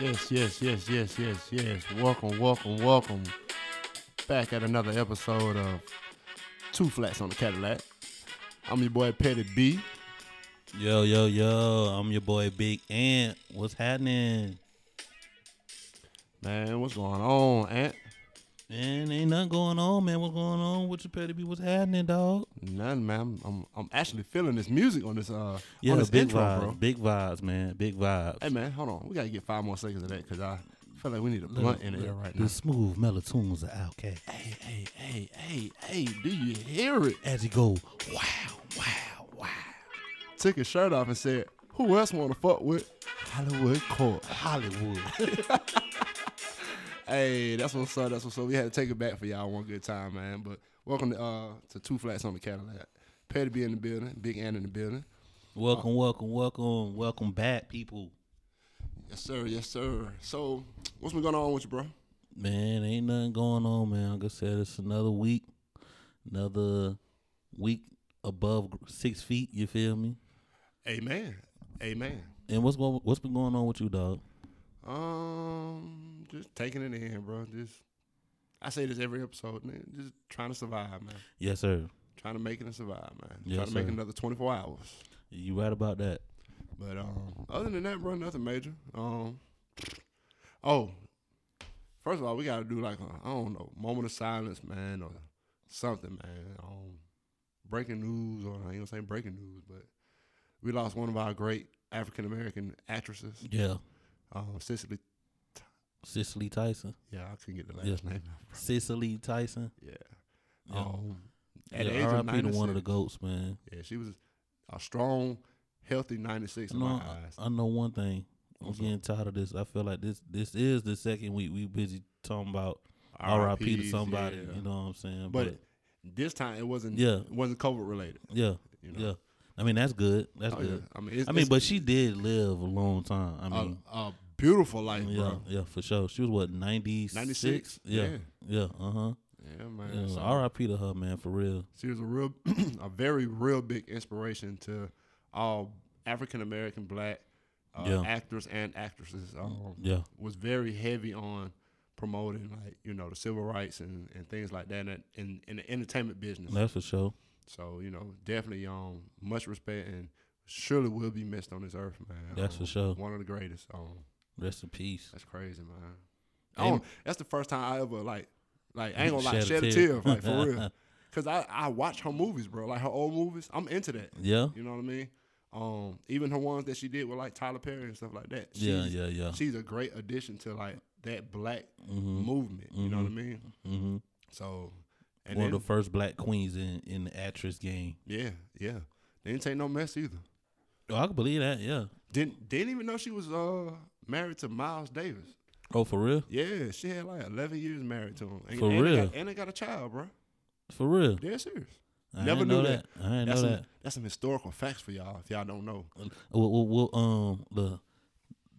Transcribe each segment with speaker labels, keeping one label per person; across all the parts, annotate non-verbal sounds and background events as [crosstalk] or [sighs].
Speaker 1: yes, yes, yes, yes, yes, yes. Welcome, welcome, welcome. Back at another episode of Two Flats on the Cadillac. I'm your boy Petty B.
Speaker 2: Yo, yo, yo, I'm your boy Big Ant. What's happening?
Speaker 1: Man, what's going on, Ant?
Speaker 2: Man, ain't nothing going on, man. What's going on? What you petty be? What's happening, dog?
Speaker 1: None, man. I'm, I'm actually feeling this music on this uh
Speaker 2: Yeah,
Speaker 1: on this
Speaker 2: big
Speaker 1: intro,
Speaker 2: vibes,
Speaker 1: bro.
Speaker 2: big vibes, man. Big vibes.
Speaker 1: Hey man, hold on. We gotta get five more seconds of that because I feel like we need a blunt in there right
Speaker 2: the
Speaker 1: now.
Speaker 2: smooth mellow tunes are out, okay?
Speaker 1: Hey, hey, hey, hey, hey, do you hear it?
Speaker 2: As you go, wow, wow, wow.
Speaker 1: Took his shirt off and said, Who else wanna fuck with Hollywood Court?
Speaker 2: Hollywood.
Speaker 1: Hey, that's what's up. That's what's up. We had to take it back for y'all one good time, man. But welcome to uh to Two Flats on the Cadillac. Petty B in the building, Big Ann in the building.
Speaker 2: [laughs] welcome, welcome, welcome, welcome back, people.
Speaker 1: Yes, sir. Yes, sir. So, what's been going on with you, bro?
Speaker 2: Man, ain't nothing going on, man. Like I said, it's another week, another week above gr- six feet. You feel me?
Speaker 1: Amen. Amen.
Speaker 2: And what's going? What's been going on with you, dog?
Speaker 1: Um, just taking it in, bro. Just I say this every episode, man. Just trying to survive, man.
Speaker 2: Yes, sir.
Speaker 1: Trying to make it and survive, man.
Speaker 2: Yes,
Speaker 1: trying to make
Speaker 2: sir.
Speaker 1: another twenty four hours.
Speaker 2: You right about that?
Speaker 1: But um, other than that, bro, nothing major. Um, oh, first of all, we gotta do like a I don't know moment of silence, man, or something, man. Um, breaking news, or I ain't gonna say breaking news, but we lost one of our great African American actresses,
Speaker 2: Yeah,
Speaker 1: um, Cicely.
Speaker 2: Cicely Tyson.
Speaker 1: Yeah, I couldn't get the last
Speaker 2: Yes. [laughs]
Speaker 1: name.
Speaker 2: Cicely Tyson.
Speaker 1: Yeah.
Speaker 2: Yeah.
Speaker 1: Um, at
Speaker 2: Yeah,
Speaker 1: the age of
Speaker 2: R.I.P. to one of the
Speaker 1: 96,
Speaker 2: goats, man.
Speaker 1: yeah, she was a strong, healthy 96
Speaker 2: I
Speaker 1: in
Speaker 2: know,
Speaker 1: my eyes.
Speaker 2: I know one thing. I'm
Speaker 1: What's up?
Speaker 2: getting tired of this. I feel like this. This is the second week we busy talking about R.I.P. to
Speaker 1: RIPs,
Speaker 2: somebody.
Speaker 1: yeah.
Speaker 2: You know what I'm saying?
Speaker 1: But this time it wasn't
Speaker 2: Yeah.
Speaker 1: it wasn't COVID related.
Speaker 2: yeah,
Speaker 1: You know?
Speaker 2: yeah. I mean, that's good. That's
Speaker 1: Oh, yeah.
Speaker 2: good.
Speaker 1: I mean, it's,
Speaker 2: I mean,
Speaker 1: it's
Speaker 2: but she did live a long time. I
Speaker 1: a,
Speaker 2: mean,
Speaker 1: a beautiful life,
Speaker 2: yeah,
Speaker 1: bro.
Speaker 2: yeah, for sure. She was what ninety
Speaker 1: 96?
Speaker 2: six. Yeah,
Speaker 1: Yeah.
Speaker 2: yeah, uh huh.
Speaker 1: Yeah, man.
Speaker 2: Yeah,
Speaker 1: So
Speaker 2: R.I.P. to her, man, for real.
Speaker 1: she was a real, [clears throat] a very real big inspiration to all African American black uh,
Speaker 2: Yeah.
Speaker 1: actors and actresses. Um,
Speaker 2: Yeah,
Speaker 1: was very heavy on promoting like you know the civil rights and, and things like that in, in in the entertainment business.
Speaker 2: that's for sure.
Speaker 1: So you know, definitely um much respect and surely will be missed on this earth, man.
Speaker 2: That's
Speaker 1: Um,
Speaker 2: for sure.
Speaker 1: One of the greatest. Um,
Speaker 2: Rest in peace.
Speaker 1: that's crazy, man. I
Speaker 2: Amen.
Speaker 1: don't, that's the first time I ever like like I ain't gonna lie, shed a tear, like for
Speaker 2: [laughs]
Speaker 1: real. Cause I I watch her movies, bro. Like her old movies, I'm into that.
Speaker 2: yeah,
Speaker 1: You know what I mean? Um, even her ones that she did with like Tyler Perry and stuff like that. She's,
Speaker 2: yeah, yeah, yeah.
Speaker 1: She's a great addition to like that black
Speaker 2: Mm-hmm.
Speaker 1: movement. You know what I mean?
Speaker 2: Mm-hmm.
Speaker 1: So, and
Speaker 2: One of
Speaker 1: then,
Speaker 2: the first black queens in, in the actress game.
Speaker 1: yeah, yeah. They didn't take no mess either.
Speaker 2: Oh, I can believe that. Yeah.
Speaker 1: Didn't didn't even know she was uh married to Miles Davis.
Speaker 2: Oh, for real?
Speaker 1: Yeah, she had like eleven years married to him. And,
Speaker 2: For
Speaker 1: and they
Speaker 2: real?
Speaker 1: got, and they got a child, bro.
Speaker 2: For real?
Speaker 1: Dead serious.
Speaker 2: I
Speaker 1: Never
Speaker 2: didn't
Speaker 1: knew
Speaker 2: know that. I didn't
Speaker 1: That's
Speaker 2: know
Speaker 1: some,
Speaker 2: that.
Speaker 1: that's some historical facts for y'all if y'all don't know.
Speaker 2: Well, well, well, um, the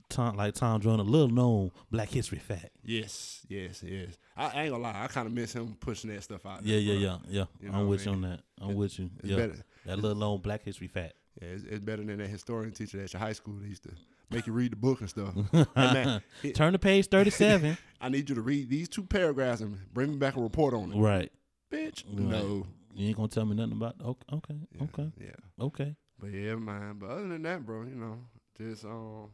Speaker 2: Tom, like Tom Jordan, a little known Black History fact.
Speaker 1: Yes, yes, yes. I, I ain't gonna lie, I kind of miss him pushing that stuff out.
Speaker 2: Yeah,
Speaker 1: there, bro.
Speaker 2: yeah, yeah, yeah.
Speaker 1: You know
Speaker 2: I'm
Speaker 1: what
Speaker 2: with
Speaker 1: I
Speaker 2: you on that. I'm with you.
Speaker 1: It's
Speaker 2: yeah,
Speaker 1: better.
Speaker 2: that little known Black History fact.
Speaker 1: Yeah, it's, it's better than that historian teacher at your high school that used to make you read the book and stuff. [laughs]
Speaker 2: Mm.
Speaker 1: Hey,
Speaker 2: [laughs]
Speaker 1: man, it-
Speaker 2: Turn
Speaker 1: [laughs]
Speaker 2: to page thirty-seven.
Speaker 1: I need you to read these two paragraphs and bring me back a report on it,
Speaker 2: right.
Speaker 1: bitch.
Speaker 2: Right.
Speaker 1: No.
Speaker 2: You ain't gonna tell me nothing about. Okay, okay,
Speaker 1: Yeah,
Speaker 2: okay,
Speaker 1: Yeah.
Speaker 2: okay.
Speaker 1: But yeah, man. But other than that, bro, you know, just um,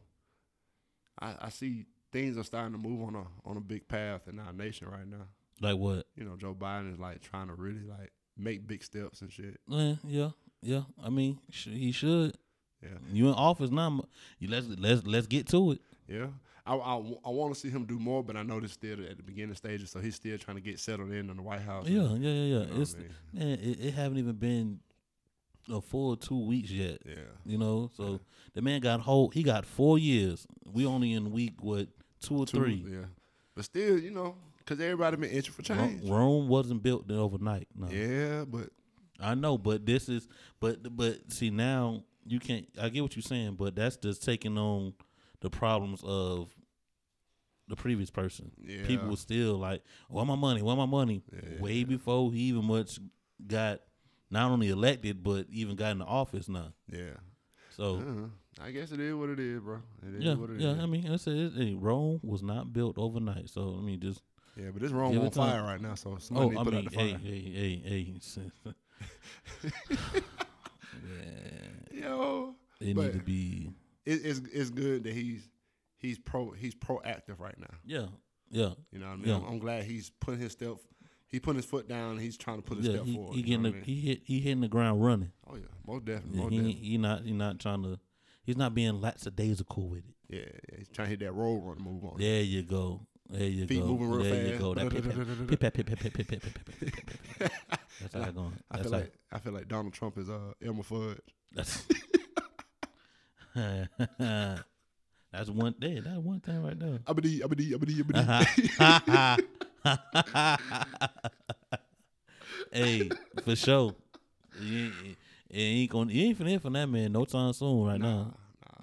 Speaker 1: I, I see things are starting to move on a on a big path in our nation right now.
Speaker 2: Like what?
Speaker 1: You know, Joe Biden is like trying to really like make big steps and shit.
Speaker 2: Eh, yeah, yeah. I mean, sh- he should.
Speaker 1: Yeah.
Speaker 2: You in office now? m- You let's let's let's get to it.
Speaker 1: Yeah, I I, want to see him do more, but I know this still at the beginning stages, so he's still trying to get settled in in the White House.
Speaker 2: Yeah, yeah, yeah, yeah.
Speaker 1: You know what I
Speaker 2: it's
Speaker 1: mean?
Speaker 2: man, it, it haven't even been a full two weeks yet.
Speaker 1: yeah,
Speaker 2: You know, so the man got whole. He got four years. We only in week what two or
Speaker 1: Two,
Speaker 2: three.
Speaker 1: Yeah, but still, you know, because everybody been itching for
Speaker 2: Ro-
Speaker 1: change.
Speaker 2: Rome wasn't built in overnight. No,
Speaker 1: Yeah, but
Speaker 2: I know, but this is, but but see now you can't. I get what you're saying, but that's just taking on the problems of the previous person.
Speaker 1: yeah,
Speaker 2: People were still like, "Why my money? Why my money?"
Speaker 1: Yeah.
Speaker 2: Way before he even much got not only elected but even got into office now.
Speaker 1: yeah.
Speaker 2: So
Speaker 1: Uh, I guess it is what it is, bro. It is
Speaker 2: Oh. yeah,
Speaker 1: what it is.
Speaker 2: yeah. I mean, I said it, hey, Rome was not built overnight. So I mean, just
Speaker 1: yeah, but this room
Speaker 2: Give
Speaker 1: on
Speaker 2: it time.
Speaker 1: fire right now, so somebody need
Speaker 2: oh, I
Speaker 1: to put
Speaker 2: mean,
Speaker 1: out the
Speaker 2: hey,
Speaker 1: fire.
Speaker 2: hey, hey, hey. [laughs] since- yeah,
Speaker 1: Yo,
Speaker 2: they
Speaker 1: But-
Speaker 2: need to be.
Speaker 1: it, it's it's good that he's he's pro he's proactive right now.
Speaker 2: Yeah, yeah,
Speaker 1: You know what I mean?
Speaker 2: Yeah.
Speaker 1: I'm, I'm glad he's putting his step. He putting his foot down. He's trying to put his
Speaker 2: yeah.
Speaker 1: step
Speaker 2: He,
Speaker 1: forward.
Speaker 2: he
Speaker 1: you
Speaker 2: getting
Speaker 1: know
Speaker 2: the,
Speaker 1: what I mean?
Speaker 2: he hit he hitting the ground running.
Speaker 1: Oh yeah, most definitely,
Speaker 2: Yeah,
Speaker 1: most
Speaker 2: he,
Speaker 1: definitely.
Speaker 2: he not he not trying to. He's not being lackadaisical with it.
Speaker 1: Yeah, yeah, he's trying to hit that roll runner move on.
Speaker 2: There you go. There you
Speaker 1: Feet
Speaker 2: go.
Speaker 1: moving real
Speaker 2: there you
Speaker 1: fast.
Speaker 2: go. That pip, pip,
Speaker 1: Da-da-da-da-da-da.
Speaker 2: pip, pip, pip, pip, pip, pip, pip, pip, pip, pip, pip, pip. That's how I going.
Speaker 1: I
Speaker 2: That's
Speaker 1: feel
Speaker 2: how.
Speaker 1: like I feel like Donald Trump is uh Elmer Fudd.
Speaker 2: [laughs] That's [laughs] that's one day. That's one thing right there.
Speaker 1: Abadi, abadi, abadi, abadi.
Speaker 2: Uh-huh. hey, for sure. You ain't, it ain't gonna. You ain't finna hear from that man no time soon. Right now,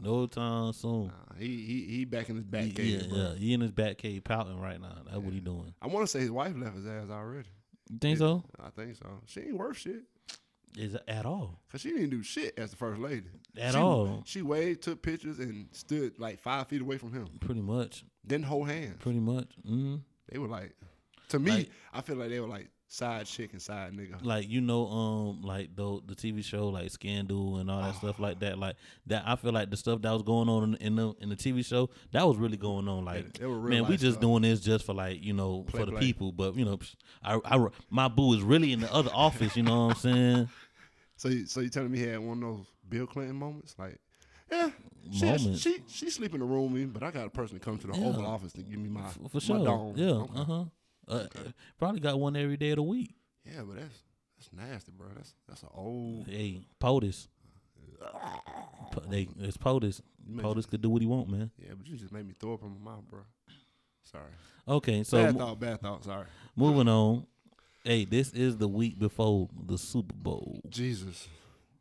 Speaker 2: no time soon.
Speaker 1: Nah, he he he back in his back
Speaker 2: He-
Speaker 1: cave,
Speaker 2: yeah,
Speaker 1: bro.
Speaker 2: yeah. He in his back cave pouting right now. That's what he doing.
Speaker 1: I want to say his wife left his ass already.
Speaker 2: You think
Speaker 1: Yeah.
Speaker 2: so?
Speaker 1: I think so. She ain't worth shit.
Speaker 2: Is it at all?
Speaker 1: Cause she didn't do shit as the first lady.
Speaker 2: At
Speaker 1: She-
Speaker 2: all.
Speaker 1: She waved, took pictures, and stood like five feet away from him.
Speaker 2: Pretty much.
Speaker 1: Didn't hold hands.
Speaker 2: Pretty much. hmm
Speaker 1: They were like, to me,
Speaker 2: Like-
Speaker 1: I feel like they were like side chick and side nigga.
Speaker 2: Like you know, um, like the the TV show like Scandal and all that stuff like that. Like that, I feel like the stuff that was going on in, in the in the TV show that was really going on. Like
Speaker 1: They- they were real
Speaker 2: man, we
Speaker 1: life
Speaker 2: just
Speaker 1: stuff.
Speaker 2: doing this just for like you know
Speaker 1: Play,
Speaker 2: for the
Speaker 1: play.
Speaker 2: people. But you know, psh, I, I my boo is really in the other office. You know what I'm saying?
Speaker 1: [laughs] So, you, so you telling me he had one of those Bill Clinton moments? Like, yeah, she, she,
Speaker 2: Moments.
Speaker 1: she she sleep in the room with me, but I got a person to come to the
Speaker 2: Yeah.
Speaker 1: Oval Office to give me my
Speaker 2: For,
Speaker 1: my
Speaker 2: for sure.
Speaker 1: dong.
Speaker 2: Yeah.
Speaker 1: Okay.
Speaker 2: Uh-huh. Uh Probably got one every day of the week.
Speaker 1: yeah, but that's that's nasty, bro. That's that's an old.
Speaker 2: Hey,
Speaker 1: [laughs]
Speaker 2: POTUS. Po- They, it's POTUS.
Speaker 1: You
Speaker 2: POTUS could do what he want, man.
Speaker 1: Yeah, but you just made me throw up in my mouth, bro. Sorry.
Speaker 2: Okay, so
Speaker 1: bad
Speaker 2: mo-
Speaker 1: thought, bad thought. Sorry.
Speaker 2: moving on. Hey, this is the week before the Super Bowl,
Speaker 1: Jesus,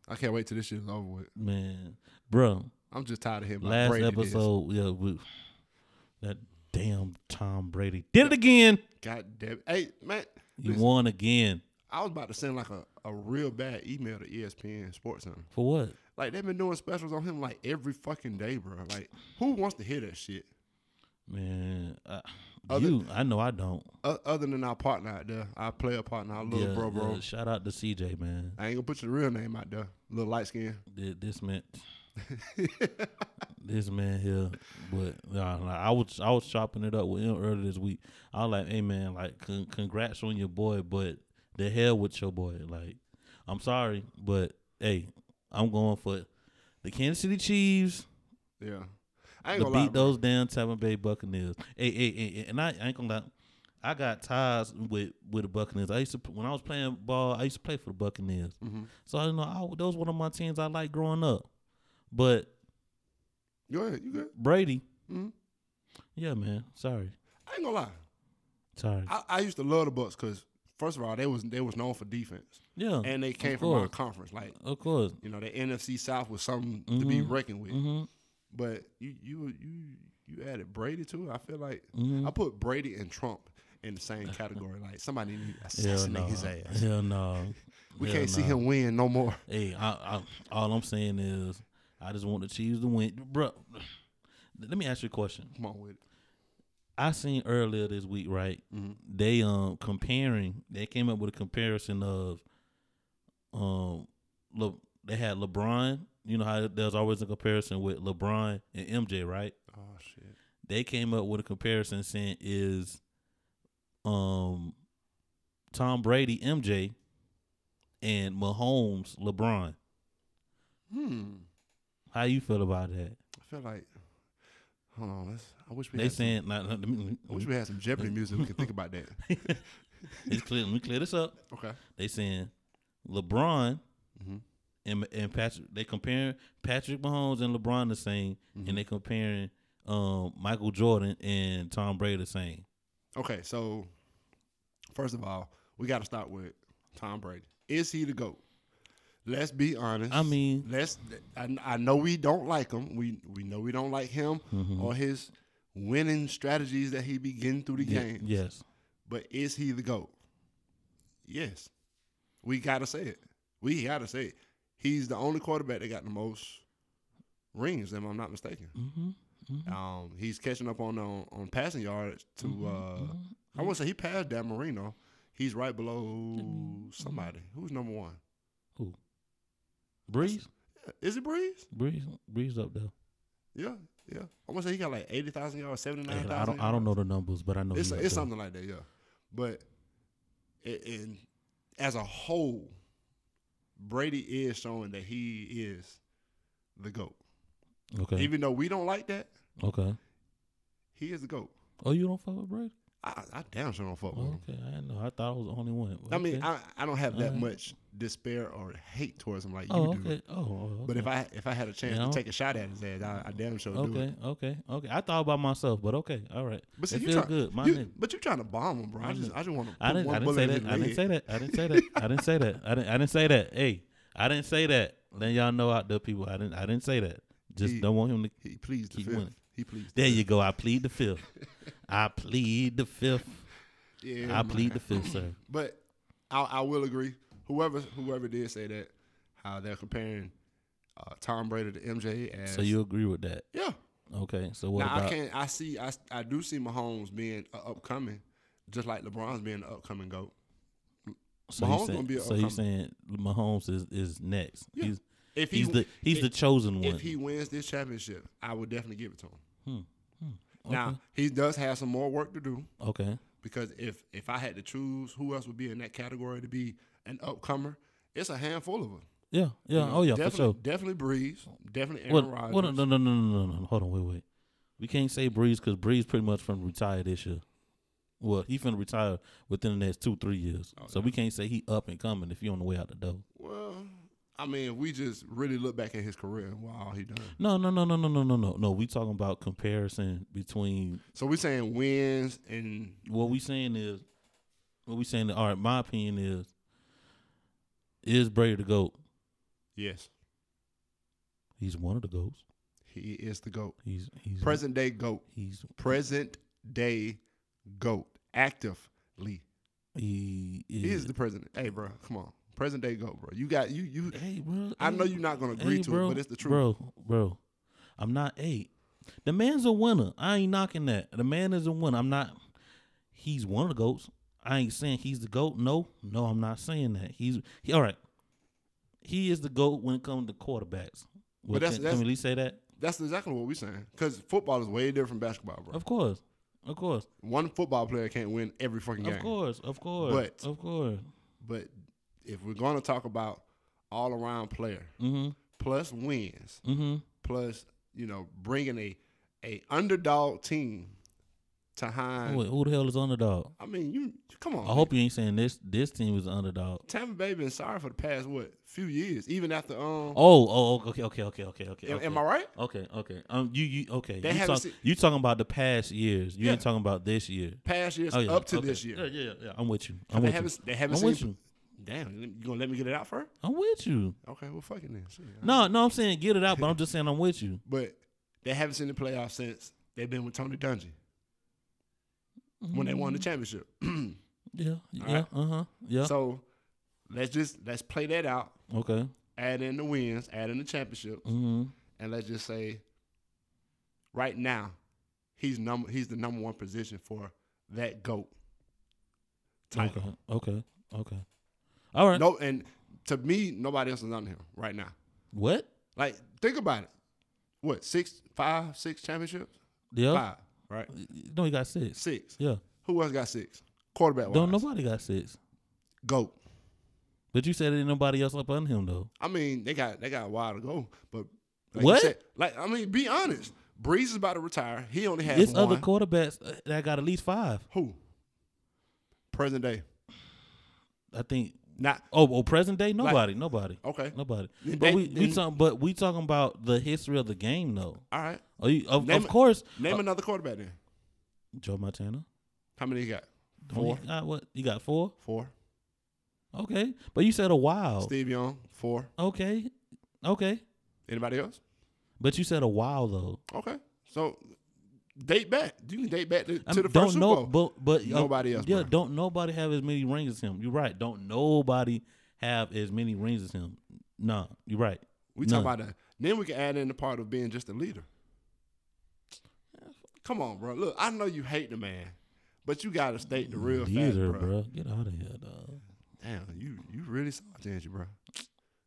Speaker 1: I can't wait till this shit is over with.
Speaker 2: man, bruh.
Speaker 1: I'm just tired of him.
Speaker 2: Last
Speaker 1: Brady This.
Speaker 2: episode, yeah, we, that damn Tom Brady did it again.
Speaker 1: God damn. it. Hey man,
Speaker 2: He
Speaker 1: listen,
Speaker 2: won again
Speaker 1: I was about to send like a, a real bad email to E ESPN Sports Center.
Speaker 2: for what?
Speaker 1: Like they've been doing specials on him like every fucking day, bro. Like who wants to hear that shit?
Speaker 2: Man, I,
Speaker 1: Other-
Speaker 2: you, I know I don't.
Speaker 1: O- other than our partner out there, our player partner, our little
Speaker 2: Yeah,
Speaker 1: bro, bro.
Speaker 2: yeah, shout out to CJ, man.
Speaker 1: I ain't gonna put your real name out there, little light skin.
Speaker 2: Th- this man this man here but nah, nah, i was i was chopping it up with him earlier this week i was like hey man like con- congrats on your boy but the hell with your boy like i'm sorry but hey i'm going for the kansas city chiefs
Speaker 1: Yeah, I ain't
Speaker 2: to
Speaker 1: gonna lie.
Speaker 2: beat
Speaker 1: Bro.
Speaker 2: those damn Tampa Bay Buccaneers. Hey, hey, hey, hey, and I, I ain't gonna lie. I got ties with with the Buccaneers. I used to when I was playing ball, I used to play for the Buccaneers.
Speaker 1: Mm-hmm.
Speaker 2: So I know I, those one of my teams I liked growing up. But
Speaker 1: You ahead, you good?
Speaker 2: Brady,
Speaker 1: Mhm.
Speaker 2: yeah, man. Sorry,
Speaker 1: I ain't gonna lie.
Speaker 2: sorry.
Speaker 1: I, I used to love the Bucks because first of all, they was they was known for defense,
Speaker 2: yeah,
Speaker 1: and they came
Speaker 2: of
Speaker 1: from our
Speaker 2: course.
Speaker 1: conference. Like
Speaker 2: of course.
Speaker 1: you know, the NFC South was something to be
Speaker 2: Mhm.
Speaker 1: reckoned with.
Speaker 2: hmm
Speaker 1: But you you you you added Brady to it. I feel like
Speaker 2: Mhm.
Speaker 1: I put Brady and Trump in the same category. Like somebody need to
Speaker 2: [laughs] Hell
Speaker 1: assassinate
Speaker 2: no.
Speaker 1: his ass.
Speaker 2: Hell no.
Speaker 1: We
Speaker 2: Hell
Speaker 1: can't see
Speaker 2: no.
Speaker 1: him win no more. [laughs]
Speaker 2: Hey, I, I, all I'm saying is, I just want the Chiefs to win, bro. Let me ask you a question.
Speaker 1: Come on with it.
Speaker 2: I seen earlier this week, right? They um comparing. They came up with a comparison of um, Le, they had LeBron. You know how there's always a comparison with LeBron and MJ, right?
Speaker 1: Oh shit.
Speaker 2: They came up with a comparison saying is um Tom Brady MJ and Mahomes LeBron.
Speaker 1: Hmm.
Speaker 2: How you feel about that?
Speaker 1: I feel like hold on. Let's, I wish we
Speaker 2: They
Speaker 1: had some,
Speaker 2: saying not, [laughs] not, let me,
Speaker 1: I wish we had some Jeopardy music. We can
Speaker 2: [laughs]
Speaker 1: think about that.
Speaker 2: it's clear, let me clear this up.
Speaker 1: Okay.
Speaker 2: They saying LeBron
Speaker 1: Mhm.
Speaker 2: and and Patrick. They comparing Patrick Mahomes and LeBron the same,
Speaker 1: Mm-hmm.
Speaker 2: and they comparing um, Michael Jordan and Tom Brady the same.
Speaker 1: Okay. So first of all, we got to start with Tom Brady. Is he the goat? Let's be honest.
Speaker 2: I mean-
Speaker 1: let's. I, I know we don't like him. We we know we don't like him
Speaker 2: Mm-hmm.
Speaker 1: or his winning strategies that he be getting through the
Speaker 2: Ye-
Speaker 1: game.
Speaker 2: Yes.
Speaker 1: But is he the GOAT? Yes. We got to say it. We got to say it. He's the only quarterback that got the most rings, if I'm not mistaken.
Speaker 2: Mm-hmm. Mm-hmm.
Speaker 1: Um, he's catching up on on, on passing yards to. Uh,
Speaker 2: Mm-hmm.
Speaker 1: I want to say he passed Dan Marino. He's right below somebody. Who's number one?
Speaker 2: Breeze,
Speaker 1: Is it Breeze?
Speaker 2: Breeze, Breeze up there.
Speaker 1: Yeah, yeah. I want to say he got like eighty thousand yards, seventy nine
Speaker 2: And
Speaker 1: thousand.
Speaker 2: I don't, I don't know the numbers, but I know
Speaker 1: It's
Speaker 2: he up
Speaker 1: it's
Speaker 2: there.
Speaker 1: something like that, yeah. But it, and as a whole, Brady is showing that he is the goat.
Speaker 2: Okay,
Speaker 1: Even though we don't like that,
Speaker 2: okay.
Speaker 1: he is the goat.
Speaker 2: Oh, you don't fuck with Brady?
Speaker 1: I, I damn sure don't fuck with him.
Speaker 2: Okay, I didn't know. I thought I was the only one.
Speaker 1: Oh, I mean,
Speaker 2: Oh, Okay.
Speaker 1: I, I don't have that
Speaker 2: Alright.
Speaker 1: much despair or hate towards him like you
Speaker 2: oh,
Speaker 1: do.
Speaker 2: okay. Oh, oh,
Speaker 1: But
Speaker 2: okay.
Speaker 1: if I if I had a chance
Speaker 2: You know?
Speaker 1: to take a shot at his ass, I, I damn sure do it.
Speaker 2: Okay, okay, okay. I thought about myself, but okay, all right.
Speaker 1: But see,
Speaker 2: it
Speaker 1: you
Speaker 2: feels
Speaker 1: try,
Speaker 2: good. My
Speaker 1: you,
Speaker 2: nigga.
Speaker 1: but you trying to bomb him, bro? I
Speaker 2: My
Speaker 1: just
Speaker 2: nigga.
Speaker 1: I just want to put
Speaker 2: I didn't,
Speaker 1: one
Speaker 2: I didn't
Speaker 1: bullet
Speaker 2: say
Speaker 1: in
Speaker 2: that.
Speaker 1: his
Speaker 2: I didn't
Speaker 1: leg.
Speaker 2: say that. I didn't say that. I didn't say that. I didn't. I didn't say that. Hey, I didn't say that. Then y'all know out there, people. I didn't. I didn't say that. Just
Speaker 1: He-
Speaker 2: don't want him to.
Speaker 1: He pleased the
Speaker 2: Keep
Speaker 1: fifth.
Speaker 2: winning.
Speaker 1: He pleased. the
Speaker 2: There you go. I plead
Speaker 1: [laughs]
Speaker 2: the fifth. I plead the fifth.
Speaker 1: fifth. Yeah,
Speaker 2: I
Speaker 1: man.
Speaker 2: plead the fifth, sir.
Speaker 1: But I, I will agree. Whoever whoever did say that, how they're comparing uh, Tom Brady to MJ as
Speaker 2: So you agree with that?
Speaker 1: yeah.
Speaker 2: Okay. So what
Speaker 1: now I
Speaker 2: about?
Speaker 1: can't. I see. I I do see Mahomes being a upcoming, just like LeBron's being the upcoming goat.
Speaker 2: so
Speaker 1: Mahomes
Speaker 2: you saying,
Speaker 1: gonna be a
Speaker 2: so you
Speaker 1: upcoming-
Speaker 2: saying Mahomes is is next?
Speaker 1: Yeah.
Speaker 2: He's
Speaker 1: If he
Speaker 2: he's the he's
Speaker 1: if,
Speaker 2: the chosen one.
Speaker 1: if he wins this championship, I would definitely give it to him.
Speaker 2: Hmm. Hmm.
Speaker 1: Now he does have some more work to do
Speaker 2: okay.
Speaker 1: because if if I had to choose who else would be in that category to be an upcomer, it's a handful of them.
Speaker 2: Yeah. Yeah.
Speaker 1: You know,
Speaker 2: oh yeah. For
Speaker 1: definitely,
Speaker 2: sure.
Speaker 1: Definitely Breeze. Definitely
Speaker 2: What?
Speaker 1: Aaron Rodgers.
Speaker 2: What? No, no, no, no, no, no. Hold on, wait, wait. We can't say Breeze because Breeze pretty much from retire this year. Well, he finna retire within the next two, three years.
Speaker 1: Oh,
Speaker 2: so we can't say he up and coming if he on the way out the door.
Speaker 1: Well, I mean, if we just really look back at his career and wow, he done.
Speaker 2: No, no, no, no, no, no, no, no, no. We talking about comparison between
Speaker 1: So we saying wins and
Speaker 2: what we saying is what we saying. All right, my opinion is is Brady the goat.
Speaker 1: yes,
Speaker 2: He's one of the goats.
Speaker 1: he is the goat.
Speaker 2: He's he's
Speaker 1: Present day goat.
Speaker 2: He's
Speaker 1: Present day goat. Actively,
Speaker 2: he is.
Speaker 1: he is the president. Hey, bro, come on, present day goat, bro. You got you you.
Speaker 2: hey, bro.
Speaker 1: I
Speaker 2: hey,
Speaker 1: know you're not gonna agree
Speaker 2: Hey,
Speaker 1: to
Speaker 2: bro,
Speaker 1: it, but it's the truth.
Speaker 2: Bro, bro, I'm not eight. The man's a winner. I ain't knocking that. The man is a winner. I'm not. He's one of the goats. I ain't saying he's the goat. No, no, I'm not saying that. He's he, all right. He is the goat when it comes to quarterbacks. Well,
Speaker 1: that's-
Speaker 2: can,
Speaker 1: that's-
Speaker 2: can we at least say that?
Speaker 1: That's exactly what we're saying. Because football is way different from basketball, bro.
Speaker 2: Of course, of course,
Speaker 1: One football player can't win every fucking game.
Speaker 2: of course, of course,
Speaker 1: But-
Speaker 2: of course.
Speaker 1: But if we're gonna talk about all around player
Speaker 2: Mm-hmm.
Speaker 1: plus wins,
Speaker 2: Mm-hmm.
Speaker 1: plus you know bringing a a underdog team to Hines.
Speaker 2: Wait, who the hell is underdog?
Speaker 1: I mean, you come on.
Speaker 2: I hope you ain't saying this. This team is the underdog.
Speaker 1: Tampa Bay been sorry for the past what few years, even after um.
Speaker 2: Oh, oh, okay, okay, okay, okay, okay.
Speaker 1: am,
Speaker 2: okay.
Speaker 1: am I right?
Speaker 2: Okay, okay. Um, you, you, okay.
Speaker 1: They
Speaker 2: you,
Speaker 1: haven't
Speaker 2: talk,
Speaker 1: seen-
Speaker 2: you talking about the past years. You ain't
Speaker 1: Yeah.
Speaker 2: talking about this year.
Speaker 1: Past years
Speaker 2: Oh yeah,
Speaker 1: up to
Speaker 2: okay.
Speaker 1: this year.
Speaker 2: Yeah, yeah, yeah, yeah. I'm with you. I'm
Speaker 1: they
Speaker 2: with
Speaker 1: haven't.
Speaker 2: you.
Speaker 1: They haven't
Speaker 2: I'm
Speaker 1: seen.
Speaker 2: with you.
Speaker 1: Damn, you gonna let me get it out first?
Speaker 2: I'm
Speaker 1: [laughs]
Speaker 2: with you.
Speaker 1: Okay, well, fucking then. Shit.
Speaker 2: No, no. I'm saying get it out, but I'm just saying I'm with you.
Speaker 1: But they haven't seen the playoffs since they've been with Tony Dungy when they won the
Speaker 2: Mm-hmm.
Speaker 1: championship. [clears throat]
Speaker 2: Yeah, yeah,
Speaker 1: All right.
Speaker 2: uh huh, yeah.
Speaker 1: So let's just let's play that out.
Speaker 2: okay.
Speaker 1: Add in the wins, add in the championship,
Speaker 2: Mm-hmm.
Speaker 1: and let's just say right now he's number he's the number one position for that goat title.
Speaker 2: Okay, okay, okay. All right.
Speaker 1: No, and to me, nobody else is under him right now.
Speaker 2: What?
Speaker 1: Like think about it. What six, five, six championships?
Speaker 2: Yeah.
Speaker 1: Five, right?
Speaker 2: No, he got six.
Speaker 1: Six.
Speaker 2: Yeah.
Speaker 1: Who else got six? Quarterback.
Speaker 2: Don't
Speaker 1: wise.
Speaker 2: nobody got six.
Speaker 1: Goat.
Speaker 2: But you said it ain't nobody else up under him though.
Speaker 1: I mean, they got they got a while to go, but like
Speaker 2: What?
Speaker 1: You said, like I mean, be honest. Breeze is about to retire. He only has
Speaker 2: It's
Speaker 1: one.
Speaker 2: other quarterbacks uh, that got at least five.
Speaker 1: Who? Present day.
Speaker 2: I think.
Speaker 1: Not
Speaker 2: Oh, well, present day, nobody, nobody.
Speaker 1: okay.
Speaker 2: Nobody.
Speaker 1: Then
Speaker 2: But
Speaker 1: that-
Speaker 2: we, we
Speaker 1: then-
Speaker 2: talking but we talking about the history of the game though.
Speaker 1: All right.
Speaker 2: Are you, of,
Speaker 1: Name
Speaker 2: of
Speaker 1: it.
Speaker 2: course,
Speaker 1: Name
Speaker 2: uh,
Speaker 1: another quarterback then.
Speaker 2: Joe Montana.
Speaker 1: How many you got?
Speaker 2: Don't
Speaker 1: Four.
Speaker 2: He got what? You got four?
Speaker 1: Four.
Speaker 2: Okay. But you said a while.
Speaker 1: Steve Young. Four.
Speaker 2: Okay. Okay.
Speaker 1: Anybody else?
Speaker 2: But you said a while though.
Speaker 1: Okay. So date back. You can date back to,
Speaker 2: I
Speaker 1: to
Speaker 2: mean,
Speaker 1: the
Speaker 2: don't
Speaker 1: first
Speaker 2: know,
Speaker 1: Super Bowl.
Speaker 2: but but uh,
Speaker 1: Nobody else,
Speaker 2: Yeah,
Speaker 1: bro.
Speaker 2: don't nobody have as many rings as him. You're right. Don't nobody have as many rings as him. Nah, you're right.
Speaker 1: We talk
Speaker 2: None.
Speaker 1: about that. Then we can add in the part of being just a leader. Come on, bro. Look, I know you hate the man, but you gotta state the real facts,
Speaker 2: Leader,
Speaker 1: bro.
Speaker 2: bro. Get out of here, dog.
Speaker 1: Damn, you you really salt, didn't you, bro?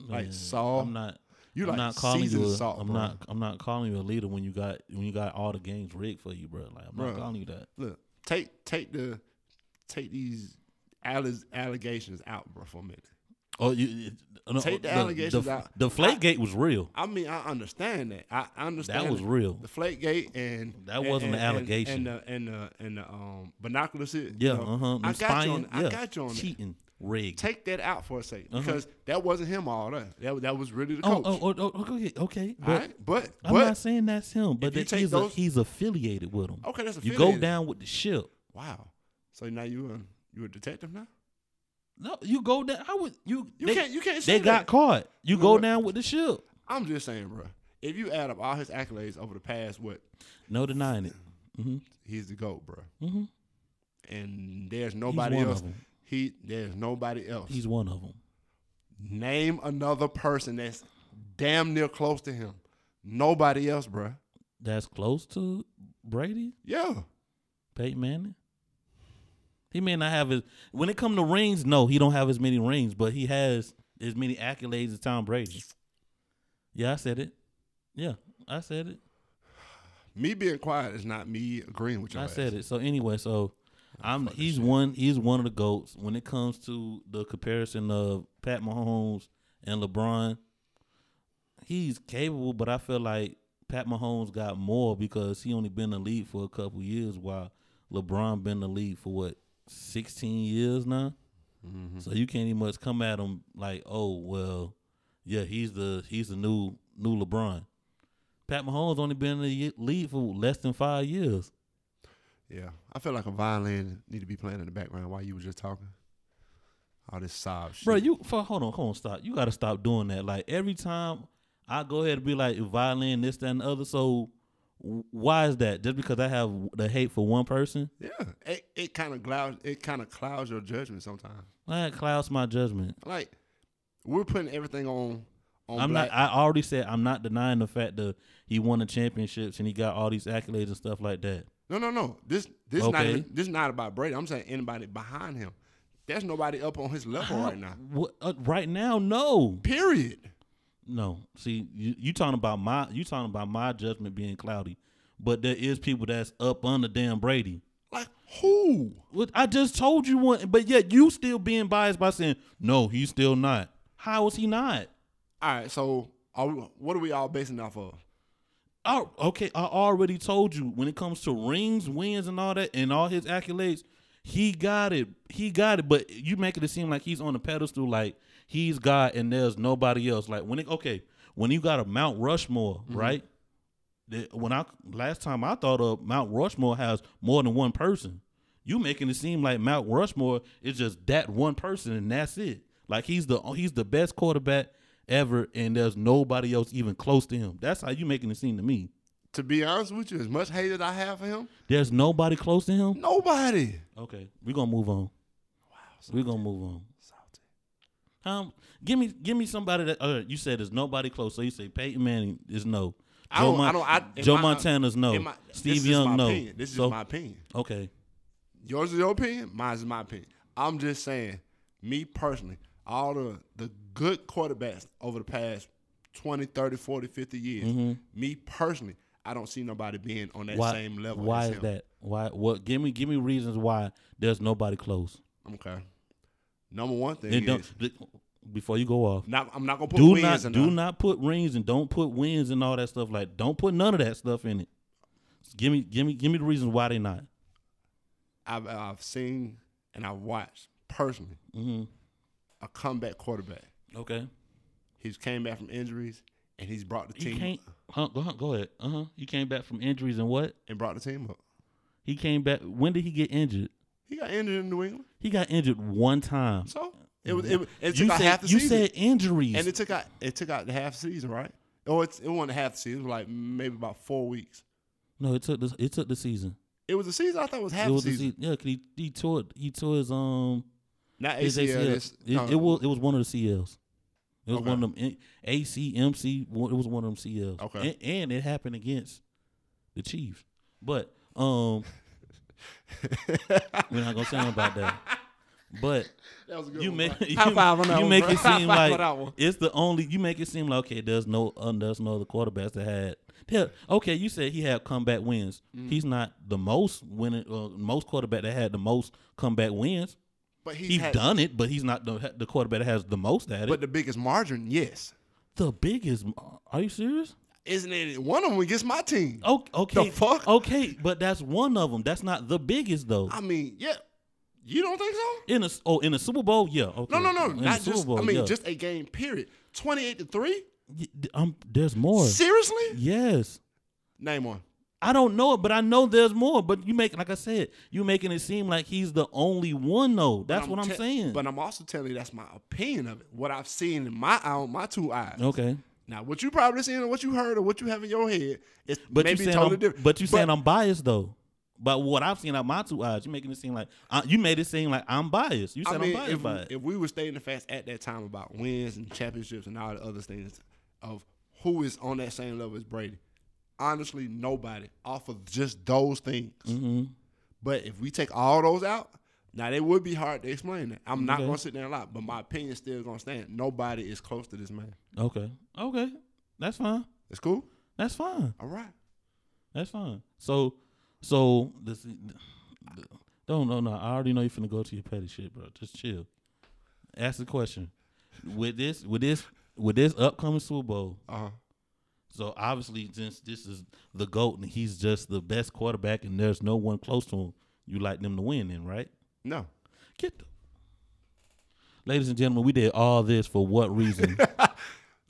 Speaker 1: Like
Speaker 2: Man,
Speaker 1: Saul,
Speaker 2: I'm not.
Speaker 1: you
Speaker 2: I'm
Speaker 1: like
Speaker 2: not calling
Speaker 1: seasoned
Speaker 2: you. A,
Speaker 1: salt,
Speaker 2: I'm
Speaker 1: bro.
Speaker 2: not. I'm not calling you a leader when you got when you got all the games rigged for you, bro. Like I'm
Speaker 1: Bruh.
Speaker 2: not calling you that.
Speaker 1: Look, take take the take these alle- allegations out, bro, for a minute.
Speaker 2: Oh, you, you no,
Speaker 1: Take the
Speaker 2: look,
Speaker 1: allegations
Speaker 2: the,
Speaker 1: out.
Speaker 2: The Flakegate was real.
Speaker 1: I mean, I understand that. I I understand
Speaker 2: That was
Speaker 1: it.
Speaker 2: real.
Speaker 1: The flake gate and
Speaker 2: That
Speaker 1: and-
Speaker 2: wasn't
Speaker 1: and-
Speaker 2: an
Speaker 1: and- And,
Speaker 2: allegation.
Speaker 1: the and the and the um binocular shit.
Speaker 2: Yeah,
Speaker 1: you know,
Speaker 2: uh huh.
Speaker 1: I got you on. I got you on. that.
Speaker 2: Cheating, rigged.
Speaker 1: Take that out for a 2nd
Speaker 2: Uh-huh.
Speaker 1: because that wasn't him all that. That that was really the
Speaker 2: oh,
Speaker 1: coach.
Speaker 2: oh, oh, oh, okay, okay. But
Speaker 1: all right, but
Speaker 2: I'm
Speaker 1: but
Speaker 2: not saying that's him, but
Speaker 1: if you
Speaker 2: that
Speaker 1: take
Speaker 2: he's,
Speaker 1: those-
Speaker 2: a, he's affiliated with him.
Speaker 1: okay, that's
Speaker 2: You
Speaker 1: affiliated.
Speaker 2: go down with the ship.
Speaker 1: Wow. So now you a, you a detective now?
Speaker 2: No, you go down. I would you.
Speaker 1: You
Speaker 2: they,
Speaker 1: can't you can't. Say
Speaker 2: They
Speaker 1: that.
Speaker 2: got caught. You
Speaker 1: know
Speaker 2: go
Speaker 1: what?
Speaker 2: down with the ship.
Speaker 1: I'm just saying, bro. If you add up all his accolades over the past, what
Speaker 2: No denying it. hmm
Speaker 1: he's the goat, bro.
Speaker 2: hmm
Speaker 1: And there's nobody
Speaker 2: one of
Speaker 1: else.
Speaker 2: 'em.
Speaker 1: He there's nobody else.
Speaker 2: He's one of them.
Speaker 1: Name another person that's damn near close to him. Nobody else, bruh.
Speaker 2: That's close to Brady,
Speaker 1: Yeah.
Speaker 2: Peyton Manning. He may not have his. When it come to rings, no, he don't have as many rings, but he has as many accolades as Tom Brady. Yeah, I said it. Yeah, I said it.
Speaker 1: Me being quiet is not me agreeing with you.
Speaker 2: I said it. So anyway, so I'm he's one he's one of the goats when it comes to the comparison of Pat Mahomes and LeBron. He's capable, but I feel like Pat Mahomes got more because he only been in the league for a couple years, while LeBron been in the league for what sixteen years now. So you can't even much come at him like, oh well, yeah, he's the he's the new new LeBron. Pat Mahomes only been in the ye- league for less than five years.
Speaker 1: Yeah. I feel like a violin need to be playing in the background while you were just talking. All this sob shit.
Speaker 2: Bro, you for, hold on, hold on, stop. You gotta stop doing that. Like every time I go ahead and be like violin, this, that, and the other. So w- why is that? Just because I have the hate for one person,
Speaker 1: yeah. It it kind of clouds it kind of clouds your judgment sometimes.
Speaker 2: that clouds my judgment.
Speaker 1: Like we're putting everything on on
Speaker 2: I'm
Speaker 1: black.
Speaker 2: not. I already said I'm not denying the fact that he won the championships and he got all these accolades and stuff like that.
Speaker 1: no, no, no. This this not
Speaker 2: Okay.
Speaker 1: even, this not about Brady. I'm saying anybody behind him. There's nobody up on his level
Speaker 2: How-
Speaker 1: right now.
Speaker 2: what- uh, right now, no,
Speaker 1: Period.
Speaker 2: no. See, you, you talking about my you talking about my judgment being cloudy, but there is people that's up under damn Brady.
Speaker 1: Like who?
Speaker 2: What I just told you one, but yet you still being biased by saying no, he's still not. How is he not?
Speaker 1: All right, so are we, what are we all basing off of?
Speaker 2: Oh, okay. I already told you when it comes to rings, wins, and all that, and all his accolades, he got it. He got it. But you making it seem like he's on a pedestal, like he's God, and there's nobody else. Like when it okay, when you got a Mount Rushmore, right? The- When I last time I thought of Mount Rushmore has more than one person. You making it seem like Mount Rushmore is just that one person, and that's it. Like he's the he's the best quarterback ever, and there's nobody else even close to him. That's how you making it seem to me.
Speaker 1: To be honest with you, as much hate that I have for him,
Speaker 2: There's nobody close to him.
Speaker 1: nobody.
Speaker 2: Okay, we're gonna move on. We're gonna move on. Um, give me give me somebody that uh, you said there's nobody close. So you say Peyton Manning is no.
Speaker 1: I
Speaker 2: Joe,
Speaker 1: don't- I
Speaker 2: Mon-
Speaker 1: don't- I- in
Speaker 2: Joe
Speaker 1: my-
Speaker 2: Montana's no.
Speaker 1: In my- this is
Speaker 2: Steve
Speaker 1: just my
Speaker 2: Young no.
Speaker 1: Opinion. This is
Speaker 2: so,
Speaker 1: just my opinion.
Speaker 2: okay.
Speaker 1: Yours is your opinion. Mine is my opinion. I'm just saying, me personally, all the the good quarterbacks over the past 20, 30, 40, 50 years, me personally, I don't see nobody being on that
Speaker 2: Mm-hmm. Why
Speaker 1: same level.
Speaker 2: Why
Speaker 1: as
Speaker 2: is
Speaker 1: him.
Speaker 2: that? Why? What? Give me give me reasons why there's nobody close.
Speaker 1: Okay. Number one thing
Speaker 2: And
Speaker 1: is,
Speaker 2: don't before you go off.
Speaker 1: not, I'm not gonna put
Speaker 2: Do
Speaker 1: wins
Speaker 2: not
Speaker 1: in
Speaker 2: do
Speaker 1: there.
Speaker 2: not put rings and don't put wins and all that stuff. Like don't put none of that stuff in it. Give me give me give me the reasons why they not.
Speaker 1: I've, I've seen and I've watched personally
Speaker 2: hmm
Speaker 1: a comeback quarterback.
Speaker 2: Okay.
Speaker 1: He's came back from injuries and he's brought the
Speaker 2: He
Speaker 1: team
Speaker 2: can't. Huh, go, huh, go ahead. Uh huh. He came back from injuries and what?
Speaker 1: and brought the team up.
Speaker 2: He came back. When did he get injured?
Speaker 1: He got injured in New England,
Speaker 2: He got injured one time.
Speaker 1: so it was it, was- it took
Speaker 2: you
Speaker 1: out
Speaker 2: said,
Speaker 1: half the
Speaker 2: you
Speaker 1: season,
Speaker 2: said injuries.
Speaker 1: and it took out it took out the half season, right? Oh, it's it wasn't half the season, it was like maybe about four weeks.
Speaker 2: no, it took the it took the season.
Speaker 1: It was a season I thought was half
Speaker 2: it
Speaker 1: the
Speaker 2: was the
Speaker 1: season.
Speaker 2: season. Yeah, 'cause he he tore he tore his um
Speaker 1: Not
Speaker 2: his
Speaker 1: ACL.
Speaker 2: ACL.
Speaker 1: this-
Speaker 2: It,
Speaker 1: no,
Speaker 2: it was it was one of the CLs. It was
Speaker 1: Okay.
Speaker 2: one of them N- AC MC. one- It was one of them CLs.
Speaker 1: Okay.
Speaker 2: and, and it happened against the Chiefs. But
Speaker 1: [laughs]
Speaker 2: um, we're not gonna say nothing about that. But
Speaker 1: That was a
Speaker 2: you make [laughs] you,
Speaker 1: High five on that
Speaker 2: you
Speaker 1: one,
Speaker 2: make
Speaker 1: bro.
Speaker 2: it
Speaker 1: High
Speaker 2: seem
Speaker 1: five on
Speaker 2: like
Speaker 1: that one.
Speaker 2: it's the only. You make it seem like okay, there's no uh, there's no other quarterbacks that had. Yeah, okay, you said he had comeback wins.
Speaker 1: Mm.
Speaker 2: He's not the most winning uh, most quarterback that had the most comeback wins.
Speaker 1: but he's
Speaker 2: He's
Speaker 1: had-
Speaker 2: done it, but he's not the, the quarterback that has the most at it.
Speaker 1: But the biggest margin, yes.
Speaker 2: the biggest. Are you serious?
Speaker 1: Isn't it? One of them against my team.
Speaker 2: O- Okay.
Speaker 1: fuck?
Speaker 2: Okay, but that's one of them. That's not the biggest though.
Speaker 1: I mean, yeah. You don't think so?
Speaker 2: in a s- oh in a Super Bowl, yeah. Okay.
Speaker 1: No, no, no.
Speaker 2: In the
Speaker 1: Not
Speaker 2: Super
Speaker 1: just.
Speaker 2: Bowl,
Speaker 1: I mean,
Speaker 2: yeah.
Speaker 1: just a game. Period. Twenty-eight to three.
Speaker 2: Y- d- um, there's more.
Speaker 1: Seriously?
Speaker 2: Yes.
Speaker 1: Name one.
Speaker 2: I don't know it, but I know there's more. But you make like I said, you making it seem like he's the only one though. That's what I'm
Speaker 1: te-
Speaker 2: saying.
Speaker 1: But I'm also telling you that's my opinion of it. What I've seen in my eye, my two eyes.
Speaker 2: okay.
Speaker 1: Now, what you probably seen, or what you heard, or what you have in your head is
Speaker 2: But you
Speaker 1: maybe
Speaker 2: saying
Speaker 1: totally
Speaker 2: I'm,
Speaker 1: different.
Speaker 2: but you saying I'm biased though. But what I've seen out my two eyes, you making it seem like I, you made it seem like I'm biased. You said
Speaker 1: I mean,
Speaker 2: I'm
Speaker 1: if,
Speaker 2: biased by it.
Speaker 1: if we were stating the facts at that time about wins and championships and all the other things of who is on that same level as Brady, honestly, nobody off of just those things.
Speaker 2: Mhm.
Speaker 1: But if we take all those out, now they would be hard to explain that. I'm not
Speaker 2: Okay.
Speaker 1: gonna sit there and lie, but my opinion's still gonna stand. Nobody is close to this man.
Speaker 2: Okay. Okay. That's fine.
Speaker 1: It's cool.
Speaker 2: That's fine.
Speaker 1: All right.
Speaker 2: That's fine. So, so this. the- Don't no no. I already know you finna go to your petty shit, bro. Just chill. Ask the question. With this, with this, with this upcoming Super Bowl.
Speaker 1: Uh huh.
Speaker 2: So obviously, since this is the goat and he's just the best quarterback, and there's no one close to him, you like them to win, then right?
Speaker 1: No.
Speaker 2: Get the. Ladies and gentlemen, we did all this for what [laughs] reason?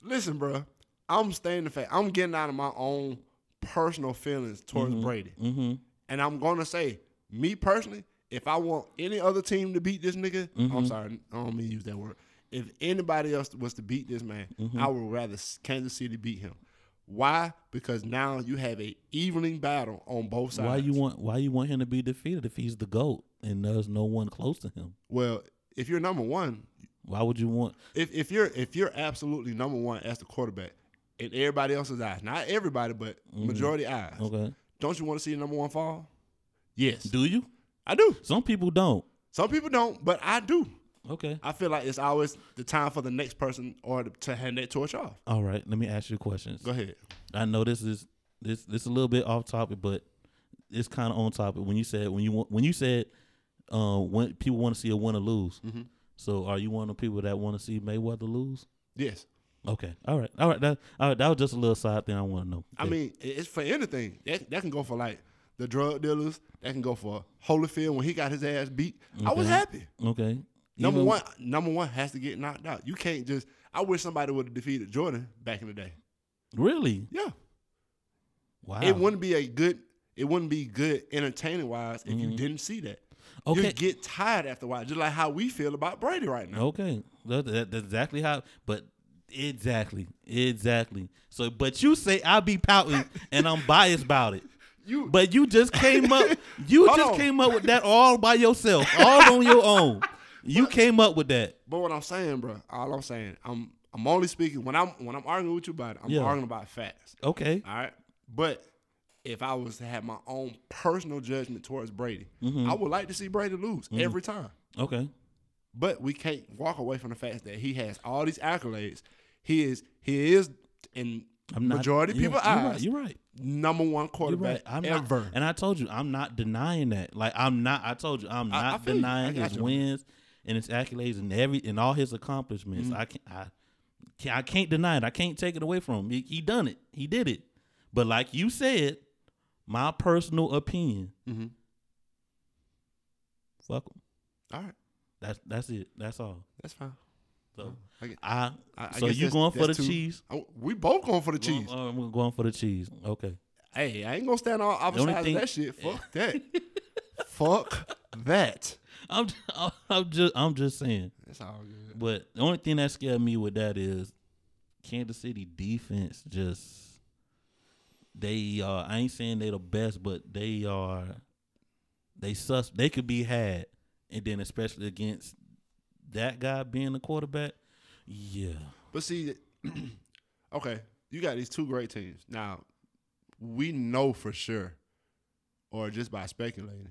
Speaker 1: Listen, bruh, I'm staying the fact. I'm getting out of my own personal feelings towards Brady.
Speaker 2: mm-hmm.
Speaker 1: And I'm gonna say, me personally, if I want any other team to beat this nigga,
Speaker 2: Mm-hmm.
Speaker 1: I'm sorry, I don't mean to use that word. If anybody else was to beat this man,
Speaker 2: Mm-hmm.
Speaker 1: I would rather s- Kansas City beat him. Why? Because now you have a evening battle on both sides.
Speaker 2: Why you want? Why you want him to be defeated if he's the goat and there's no one close to him?
Speaker 1: well, if you're number one,
Speaker 2: Why would you want?
Speaker 1: if if you're if you're absolutely number one as the quarterback, in everybody else's eyes, not everybody, but
Speaker 2: Mm-hmm.
Speaker 1: majority eyes,
Speaker 2: Okay.
Speaker 1: don't you want to see the number one fall? Yes,
Speaker 2: Do you?
Speaker 1: I do.
Speaker 2: Some people don't.
Speaker 1: Some people don't, but I do.
Speaker 2: Okay.
Speaker 1: I feel like it's always the time for the next person or to, to hand that torch off.
Speaker 2: All right. Let me ask you questions.
Speaker 1: Go ahead.
Speaker 2: I know this is this this a little bit off topic, but it's kind of on topic. When you said when you want when you said uh, when people want to see a win or lose,
Speaker 1: Mm-hmm.
Speaker 2: so are you one of the people that want to see Mayweather lose?
Speaker 1: Yes.
Speaker 2: Okay. All right. All right. That all right. That was just a little side thing I want to know.
Speaker 1: I mean, it- it's for anything. That that can go for like the drug dealers. That can go for Holyfield when he got his ass beat. I was
Speaker 2: Okay.
Speaker 1: happy.
Speaker 2: Okay.
Speaker 1: Number
Speaker 2: Even-
Speaker 1: one, number one has to get knocked out. You can't just. I wish somebody would have defeated Jordan back in the day.
Speaker 2: Really?
Speaker 1: Yeah,
Speaker 2: Wow.
Speaker 1: it wouldn't be a good. It wouldn't be good entertaining wise if you didn't see that.
Speaker 2: Mm-hmm. Okay.
Speaker 1: You get tired after a while, just like how we feel about Brady right now.
Speaker 2: Okay, that, that- that's exactly how. But exactly, exactly. So, but you say I be pouting and I'm biased about it.
Speaker 1: You-
Speaker 2: but you just
Speaker 1: [laughs]
Speaker 2: came up. You
Speaker 1: Hold
Speaker 2: just
Speaker 1: on.
Speaker 2: came up with that all by yourself, all on your own. You came up with that.
Speaker 1: But what I'm saying, bro, all I'm saying, I'm I'm only speaking when I'm when I'm arguing with you about it. I'm
Speaker 2: Yeah.
Speaker 1: arguing about facts.
Speaker 2: Okay.
Speaker 1: All right. But if I was to have my own personal judgment towards Brady,
Speaker 2: Mm-hmm.
Speaker 1: I would like to see Brady lose every time.
Speaker 2: Okay.
Speaker 1: But we can't walk away from the fact that he has all these accolades. He is he is in
Speaker 2: I'm not.
Speaker 1: majority
Speaker 2: yeah,
Speaker 1: people
Speaker 2: you're
Speaker 1: eyes
Speaker 2: Right, you're right.
Speaker 1: number one
Speaker 2: You're
Speaker 1: quarterback
Speaker 2: right. I'm not-
Speaker 1: ever.
Speaker 2: and I told you, I'm not denying that. Like I'm not. I told you, I'm
Speaker 1: I
Speaker 2: not
Speaker 1: feel you. I
Speaker 2: denying
Speaker 1: got
Speaker 2: his
Speaker 1: you.
Speaker 2: wins and his accolades and every and all his accomplishments.
Speaker 1: Mm-hmm.
Speaker 2: I can't. I can't, I can't deny it. I can't take it away from him. He, he done it. He did it. But like you said, my personal opinion.
Speaker 1: Mhm.
Speaker 2: Fuck him.
Speaker 1: all right,
Speaker 2: That's that's it. That's all.
Speaker 1: that's fine.
Speaker 2: So
Speaker 1: I get-
Speaker 2: I.
Speaker 1: I- I
Speaker 2: so
Speaker 1: guess
Speaker 2: you
Speaker 1: that's-
Speaker 2: going for the
Speaker 1: that's two-
Speaker 2: cheese?
Speaker 1: I- we both going for the cheese.
Speaker 2: Going- uh, we're going for the cheese. Okay.
Speaker 1: Hey, I ain't gonna stand on
Speaker 2: The
Speaker 1: opposite
Speaker 2: only
Speaker 1: sides
Speaker 2: thing-
Speaker 1: of that
Speaker 2: [laughs]
Speaker 1: shit. Fuck that. Fuck that.
Speaker 2: [laughs] I'm. I'm just. I'm just saying.
Speaker 1: That's all good.
Speaker 2: But the only thing that scared me with that is Kansas City defense just they are I ain't saying they the best, but they are they sus they could be had. And then especially against that guy being the quarterback, Yeah.
Speaker 1: But see, [clears throat] okay, you got these two great teams. Now, we know for sure, or just by speculating,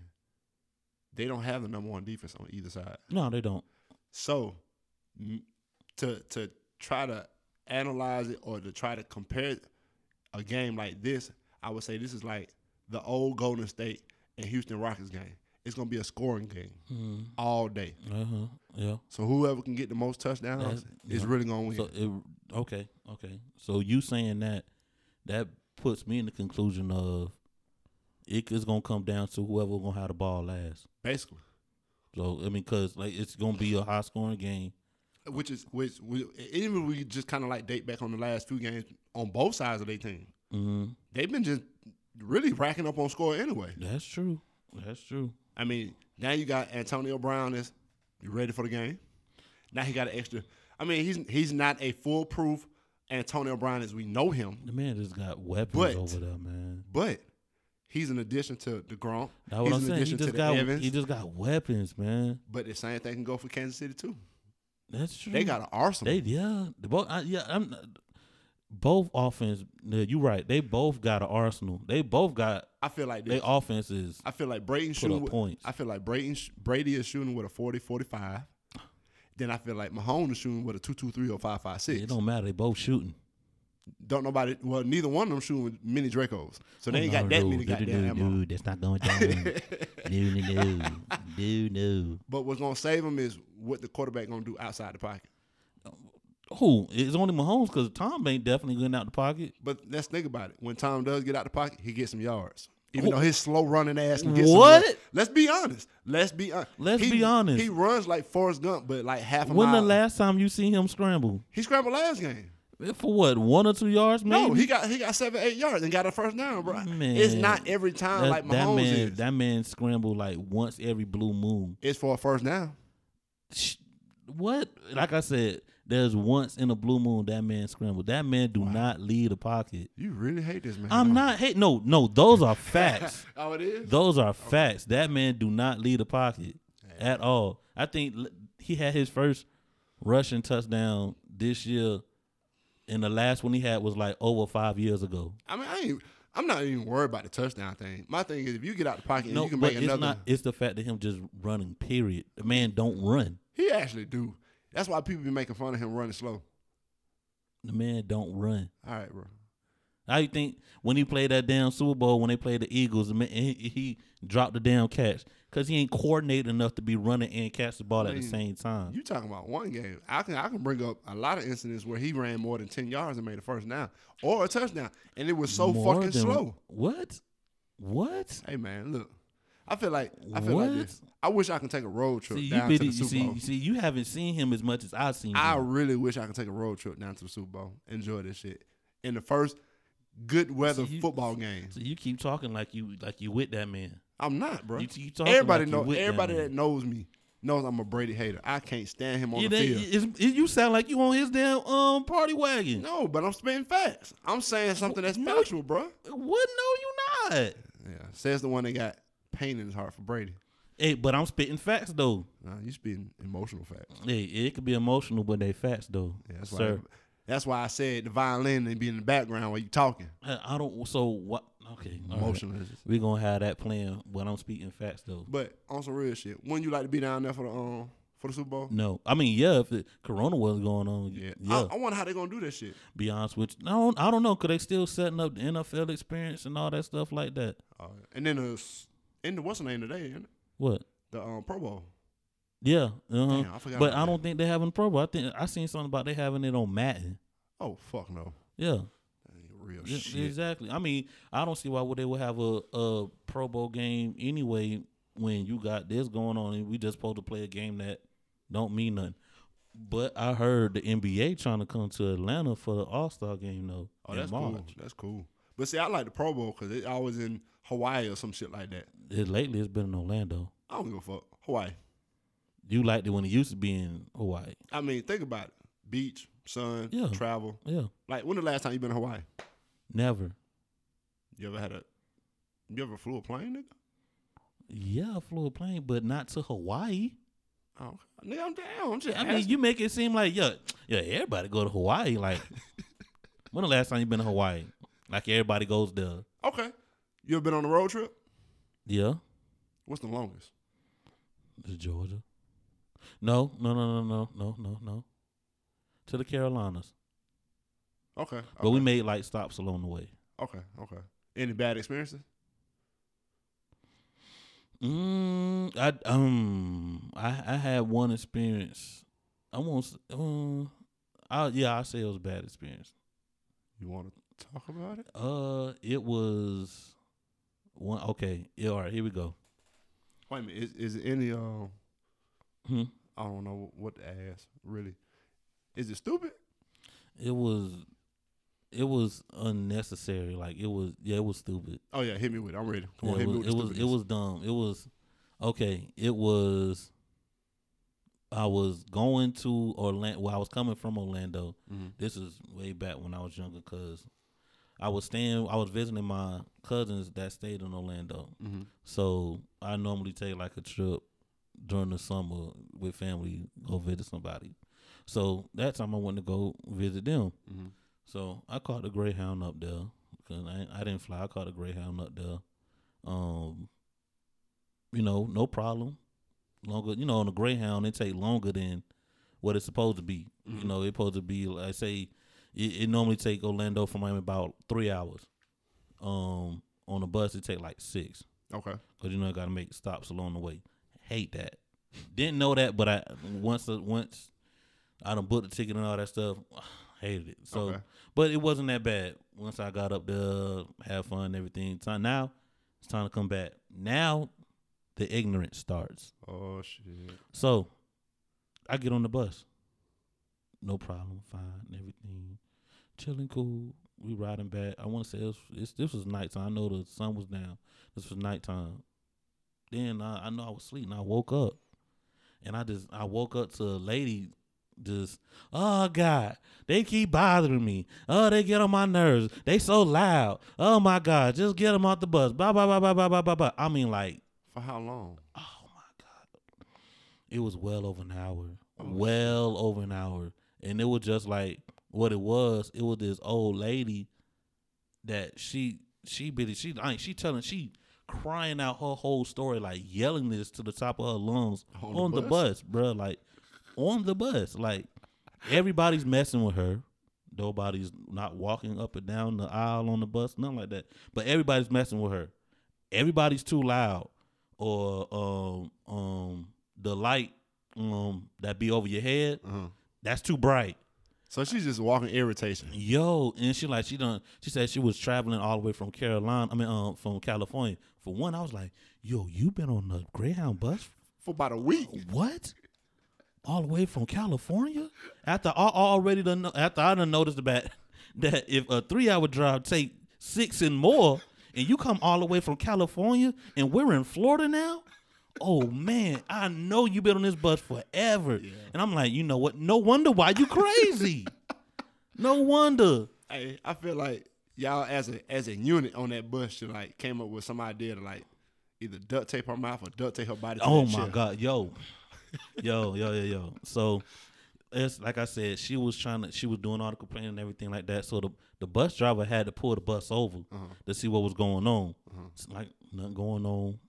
Speaker 1: they don't have the number one defense on either side.
Speaker 2: No, they don't.
Speaker 1: So, m- to to try to analyze it or to try to compare a game like this, I would say this is like the old Golden State and Houston Rockets game. It's gonna be a scoring game
Speaker 2: Mm.
Speaker 1: all day.
Speaker 2: Uh huh. Yeah.
Speaker 1: So whoever can get the most touchdowns
Speaker 2: That's-
Speaker 1: is
Speaker 2: yeah.
Speaker 1: really gonna win.
Speaker 2: So it, okay, okay. So you saying that that puts me in the conclusion of it is gonna come down to whoever gonna have the ball last.
Speaker 1: basically,
Speaker 2: So I mean, cause like it's gonna be a high scoring game.
Speaker 1: which is which we, even we just kind of like date back on the last few games on both sides of their team.
Speaker 2: Mm,
Speaker 1: They've been just really racking up on score anyway.
Speaker 2: that's true. That's true.
Speaker 1: I mean, now you got Antonio Brown is you ready for the game. Now he got an extra. I mean, he's he's not a foolproof Antonio Brown as we know him,
Speaker 2: The man just got weapons
Speaker 1: But-
Speaker 2: over there, man.
Speaker 1: but he's an addition to DeGrom.
Speaker 2: That's what
Speaker 1: he's
Speaker 2: I'm
Speaker 1: an
Speaker 2: saying. He
Speaker 1: addition to
Speaker 2: just
Speaker 1: the
Speaker 2: got
Speaker 1: Evans.
Speaker 2: he just got weapons, man.
Speaker 1: but the same thing can go for Kansas City too.
Speaker 2: That's true.
Speaker 1: They got an arsenal.
Speaker 2: Mm-hmm. They yeah, the both I, yeah. I'm both offense. Yeah, you right. They both got an arsenal. They both got
Speaker 1: I feel like
Speaker 2: they
Speaker 1: they.
Speaker 2: offense is
Speaker 1: I feel like Brayton
Speaker 2: put
Speaker 1: shooting.
Speaker 2: up
Speaker 1: With,
Speaker 2: points.
Speaker 1: I feel like Brayton, sh- Brady is shooting with a 40-45. Then I feel like Mahomes is shooting with a 2-2-3 or five five six.
Speaker 2: It don't matter. They both shooting.
Speaker 1: don't nobody. Well, neither one of them shooting with many Dracos, so they ain't got
Speaker 2: Oh, No,
Speaker 1: that
Speaker 2: no,
Speaker 1: many
Speaker 2: no,
Speaker 1: goddamn
Speaker 2: no,
Speaker 1: ammo.
Speaker 2: no, that's not
Speaker 1: [laughs]
Speaker 2: going down. no, no, no, no, no.
Speaker 1: But what's gonna save them is what the quarterback gonna do outside the pocket.
Speaker 2: Who? It's only Mahomes because Tom ain't definitely getting out the pocket.
Speaker 1: But let's think about it. When Tom does get out the pocket, he gets some yards. Even
Speaker 2: Who-
Speaker 1: though his slow running ass can get some
Speaker 2: What?
Speaker 1: yards. Let's be honest. Let's be honest.
Speaker 2: Let's be honest.
Speaker 1: He runs like Forrest Gump, but like half a
Speaker 2: When the
Speaker 1: mile.
Speaker 2: last time you seen him scramble?
Speaker 1: he scrambled last game.
Speaker 2: Eh, For what? One or two yards? Maybe?
Speaker 1: No, he got he got seven eight yards and got a first down, bro.
Speaker 2: Man.
Speaker 1: it's not every time
Speaker 2: That-
Speaker 1: like
Speaker 2: that
Speaker 1: Mahomes
Speaker 2: man.
Speaker 1: is.
Speaker 2: That man scrambled like once every blue moon.
Speaker 1: it's for a first down.
Speaker 2: Sh- What? Like I said, there's once in a blue moon that man scrambled. That man do not leave the pocket.
Speaker 1: You really hate this man.
Speaker 2: I'm
Speaker 1: huh?
Speaker 2: not hate. No, no. Those are facts.
Speaker 1: Oh, it is.
Speaker 2: Those are facts. That man do not leave the pocket at all. I think l- he had his first rushing touchdown this year, and the last one he had was like over five years ago.
Speaker 1: I mean, I ain't. I'm not even worried about the touchdown thing. My thing is, if you get out the pocket, and
Speaker 2: No,
Speaker 1: you can
Speaker 2: but
Speaker 1: make
Speaker 2: it's
Speaker 1: another.
Speaker 2: not. It's the fact that him just running. Period. The man don't run.
Speaker 1: He actually do. That's why people be making fun of him running slow.
Speaker 2: The man don't run.
Speaker 1: All right, bro.
Speaker 2: How you think when he played that damn Super Bowl when they played the Eagles, the man, he, he dropped the damn catch because he ain't coordinated enough to be running and catch the ball at the
Speaker 1: Man,
Speaker 2: same time.
Speaker 1: You talking about one game? I can I can bring up a lot of incidents where he ran more than ten yards and made a first down or a touchdown, and it was so
Speaker 2: More
Speaker 1: fucking
Speaker 2: than-
Speaker 1: slow.
Speaker 2: What? What?
Speaker 1: Hey man, look, I feel like I feel like
Speaker 2: What?
Speaker 1: this. I wish I could take a road trip
Speaker 2: See, you,
Speaker 1: down
Speaker 2: been,
Speaker 1: to the
Speaker 2: you,
Speaker 1: Super
Speaker 2: see,
Speaker 1: Bowl.
Speaker 2: you see, you haven't seen him as much as I've seen
Speaker 1: I
Speaker 2: him.
Speaker 1: really wish I could take a road trip down to the Super Bowl. Enjoy this shit in the first good weather
Speaker 2: See, you-
Speaker 1: football game.
Speaker 2: So you keep talking like you like you with that man.
Speaker 1: I'm not, bro.
Speaker 2: You, you talking
Speaker 1: Everybody
Speaker 2: like you
Speaker 1: know.
Speaker 2: with that
Speaker 1: Everybody
Speaker 2: man.
Speaker 1: that knows me knows I'm a Brady hater. I can't stand him on
Speaker 2: It
Speaker 1: the
Speaker 2: ain't-
Speaker 1: field.
Speaker 2: it's- it- you sound like you on his damn um party wagon.
Speaker 1: No, but I'm spitting facts. I'm saying something that's
Speaker 2: No.
Speaker 1: factual, bro.
Speaker 2: What? No, you not.
Speaker 1: Yeah, says the one that got pain in his heart for Brady.
Speaker 2: Hey, but I'm spitting facts though.
Speaker 1: Nah, you spitting emotional facts.
Speaker 2: Hey, it could be emotional, but they facts though,
Speaker 1: Yeah, that's why.
Speaker 2: sir.
Speaker 1: that's why I said the violin and be in the background while you talking.
Speaker 2: I, I don't. So what? Okay, all right.
Speaker 1: Emotional. is-
Speaker 2: We gonna have that playing, but I'm speaking facts though.
Speaker 1: But on some real shit, wouldn't you like to be down there for the um for the Super Bowl?
Speaker 2: No, I mean yeah. If the Corona wasn't going on,
Speaker 1: Yeah. Oh.
Speaker 2: yeah,
Speaker 1: I, I wonder how they gonna do that shit.
Speaker 2: be honest with you. I don't, I don't know because they still setting up the NFL experience and all that stuff like that.
Speaker 1: Uh, and then the s- in the what's the name today? isn't it?
Speaker 2: What?
Speaker 1: The um Pro Bowl.
Speaker 2: Yeah, uh-huh.
Speaker 1: Damn, I forgot.
Speaker 2: but
Speaker 1: about
Speaker 2: I
Speaker 1: that.
Speaker 2: don't think they having a Pro Bowl. I think I seen something about they having it on Madden.
Speaker 1: Oh fuck no.
Speaker 2: Yeah,
Speaker 1: That ain't real
Speaker 2: yeah,
Speaker 1: Oh, shit.
Speaker 2: exactly. I mean, I don't see why would they would have a, a Pro Bowl game anyway when you got this going on and we just supposed to play a game that don't mean nothing. But I heard the NBA trying to come to Atlanta for the All Star game though.
Speaker 1: Oh,
Speaker 2: in
Speaker 1: that's cool.
Speaker 2: March.
Speaker 1: That's cool. But see, I like the Pro Bowl because it's always in Hawaii or some shit like that.
Speaker 2: It, lately, it's been in Orlando.
Speaker 1: I don't give a fuck. Hawaii.
Speaker 2: You liked it when it used to be in Hawaii.
Speaker 1: I mean, think about it. Beach, sun,
Speaker 2: Yeah.
Speaker 1: travel.
Speaker 2: Yeah,
Speaker 1: Like, when the last time you been to Hawaii?
Speaker 2: never.
Speaker 1: You ever had a? You ever flew a plane? Nigga?
Speaker 2: Yeah, I flew a plane, but not to Hawaii.
Speaker 1: Oh, nigga, I'm down. I'm just.
Speaker 2: I mean, you make it seem like yeah, yeah. Everybody go to Hawaii. Like, [laughs] when the last time you been to Hawaii? Like everybody goes there.
Speaker 1: okay. You ever been on a road trip?
Speaker 2: Yeah,
Speaker 1: What's the longest?
Speaker 2: to Georgia. No, no, no, no, no, no, no, no. To the Carolinas,
Speaker 1: Okay. okay.
Speaker 2: but we made like stops along the way.
Speaker 1: okay. Okay. Any bad experiences?
Speaker 2: Mm, I um, I I had one experience. I won't. Um, I yeah, I say it was a bad experience.
Speaker 1: You want to talk about it?
Speaker 2: Uh, it was one. Okay, yeah, all right. Here we go.
Speaker 1: Wait a minute. Is, is it any? Um,
Speaker 2: Hmm.
Speaker 1: I don't know what to ask. Really, is it stupid?
Speaker 2: It was, it was unnecessary. Like it was, yeah, it was stupid.
Speaker 1: Oh yeah, hit me with. it. I'm ready. Come on,
Speaker 2: Yeah,
Speaker 1: hit
Speaker 2: it
Speaker 1: me
Speaker 2: was,
Speaker 1: with.
Speaker 2: it
Speaker 1: the
Speaker 2: was, it
Speaker 1: stupidness.
Speaker 2: was dumb. It was okay. It was. I was going to Orlando. Well, I was coming from Orlando.
Speaker 1: Mhm.
Speaker 2: This is way back when I was younger, cause I was staying. I was visiting my cousins that stayed in Orlando.
Speaker 1: Mhm.
Speaker 2: So I normally take like a trip during the summer with family, go visit somebody. So that time I went to go visit them.
Speaker 1: Mhm.
Speaker 2: So I caught a Greyhound up there. 'cause I, I didn't fly. I caught a Greyhound up there. Um, you know, no problem. Longer, you know, on a Greyhound, it take longer than what it's supposed to be. You
Speaker 1: Mhm.
Speaker 2: know, it's supposed to be. I say it, it normally take Orlando from Miami about three hours. Um, on a bus, it take like six
Speaker 1: Okay.
Speaker 2: because you know I got to make stops along the way. Hate that. Didn't know that, but I once once I done booked the ticket and all that stuff, [sighs] hated it. So,
Speaker 1: Okay.
Speaker 2: but it wasn't that bad. Once I got up there, had fun, and everything. Time now, it's time to come back. Now, the ignorance starts.
Speaker 1: Oh shit.
Speaker 2: So, I get on the bus. No problem, fine, everything, chilling, cool. We riding back. I want to say it was, it's, this was nighttime. I know the sun was down. This was nighttime. Then I, I know I was sleeping. I woke up, and I just I woke up to a lady. Just oh god, they keep bothering me. Oh, they get on my nerves. They so loud. Oh my god, just get them off the bus. Blah blah blah blah blah blah blah. blah. I mean, like
Speaker 1: For how long?
Speaker 2: Oh my god. It was well over an hour.
Speaker 1: Oh, shit.
Speaker 2: well over an hour. And it was just like what it was, it was this old lady that she she bitty she like she telling she crying out her whole story, like yelling this to the top of her lungs on, the, bus? bruh. Like on the bus. Like everybody's messing with her. Nobody's not walking up and down the aisle on the bus, nothing like that. But everybody's messing with her. Everybody's too loud. Or um um the light um that be over your head,
Speaker 1: Uh-huh.
Speaker 2: that's too bright.
Speaker 1: So she's just walking irritation.
Speaker 2: Yo, and she like she done. She said she was traveling all the way from Carolina. I mean, um, from California. For one, I was like, "Yo, you been on the Greyhound bus?
Speaker 1: For about a week.
Speaker 2: What? All the way from California? After I already done, after I done noticed about [laughs] that if a three hour drive take six and more, and you come all the way from California, and we're in Florida now. Oh man, I know you been on this bus forever, and I'm like, you know what? No wonder why you crazy. no wonder.
Speaker 1: Hey, I feel like y'all as a as a unit on that bus should like came up with some idea to like either duct tape her mouth or duct tape her body. To
Speaker 2: Oh
Speaker 1: that
Speaker 2: my
Speaker 1: chair. [laughs]
Speaker 2: god, yo, yo, yo, yo, yo. So it's like I said, she was trying to, she was doing all the complaining and everything like that. So the the bus driver had to pull the bus over
Speaker 1: Uh-huh.
Speaker 2: to see what was going on. It's like nothing going on,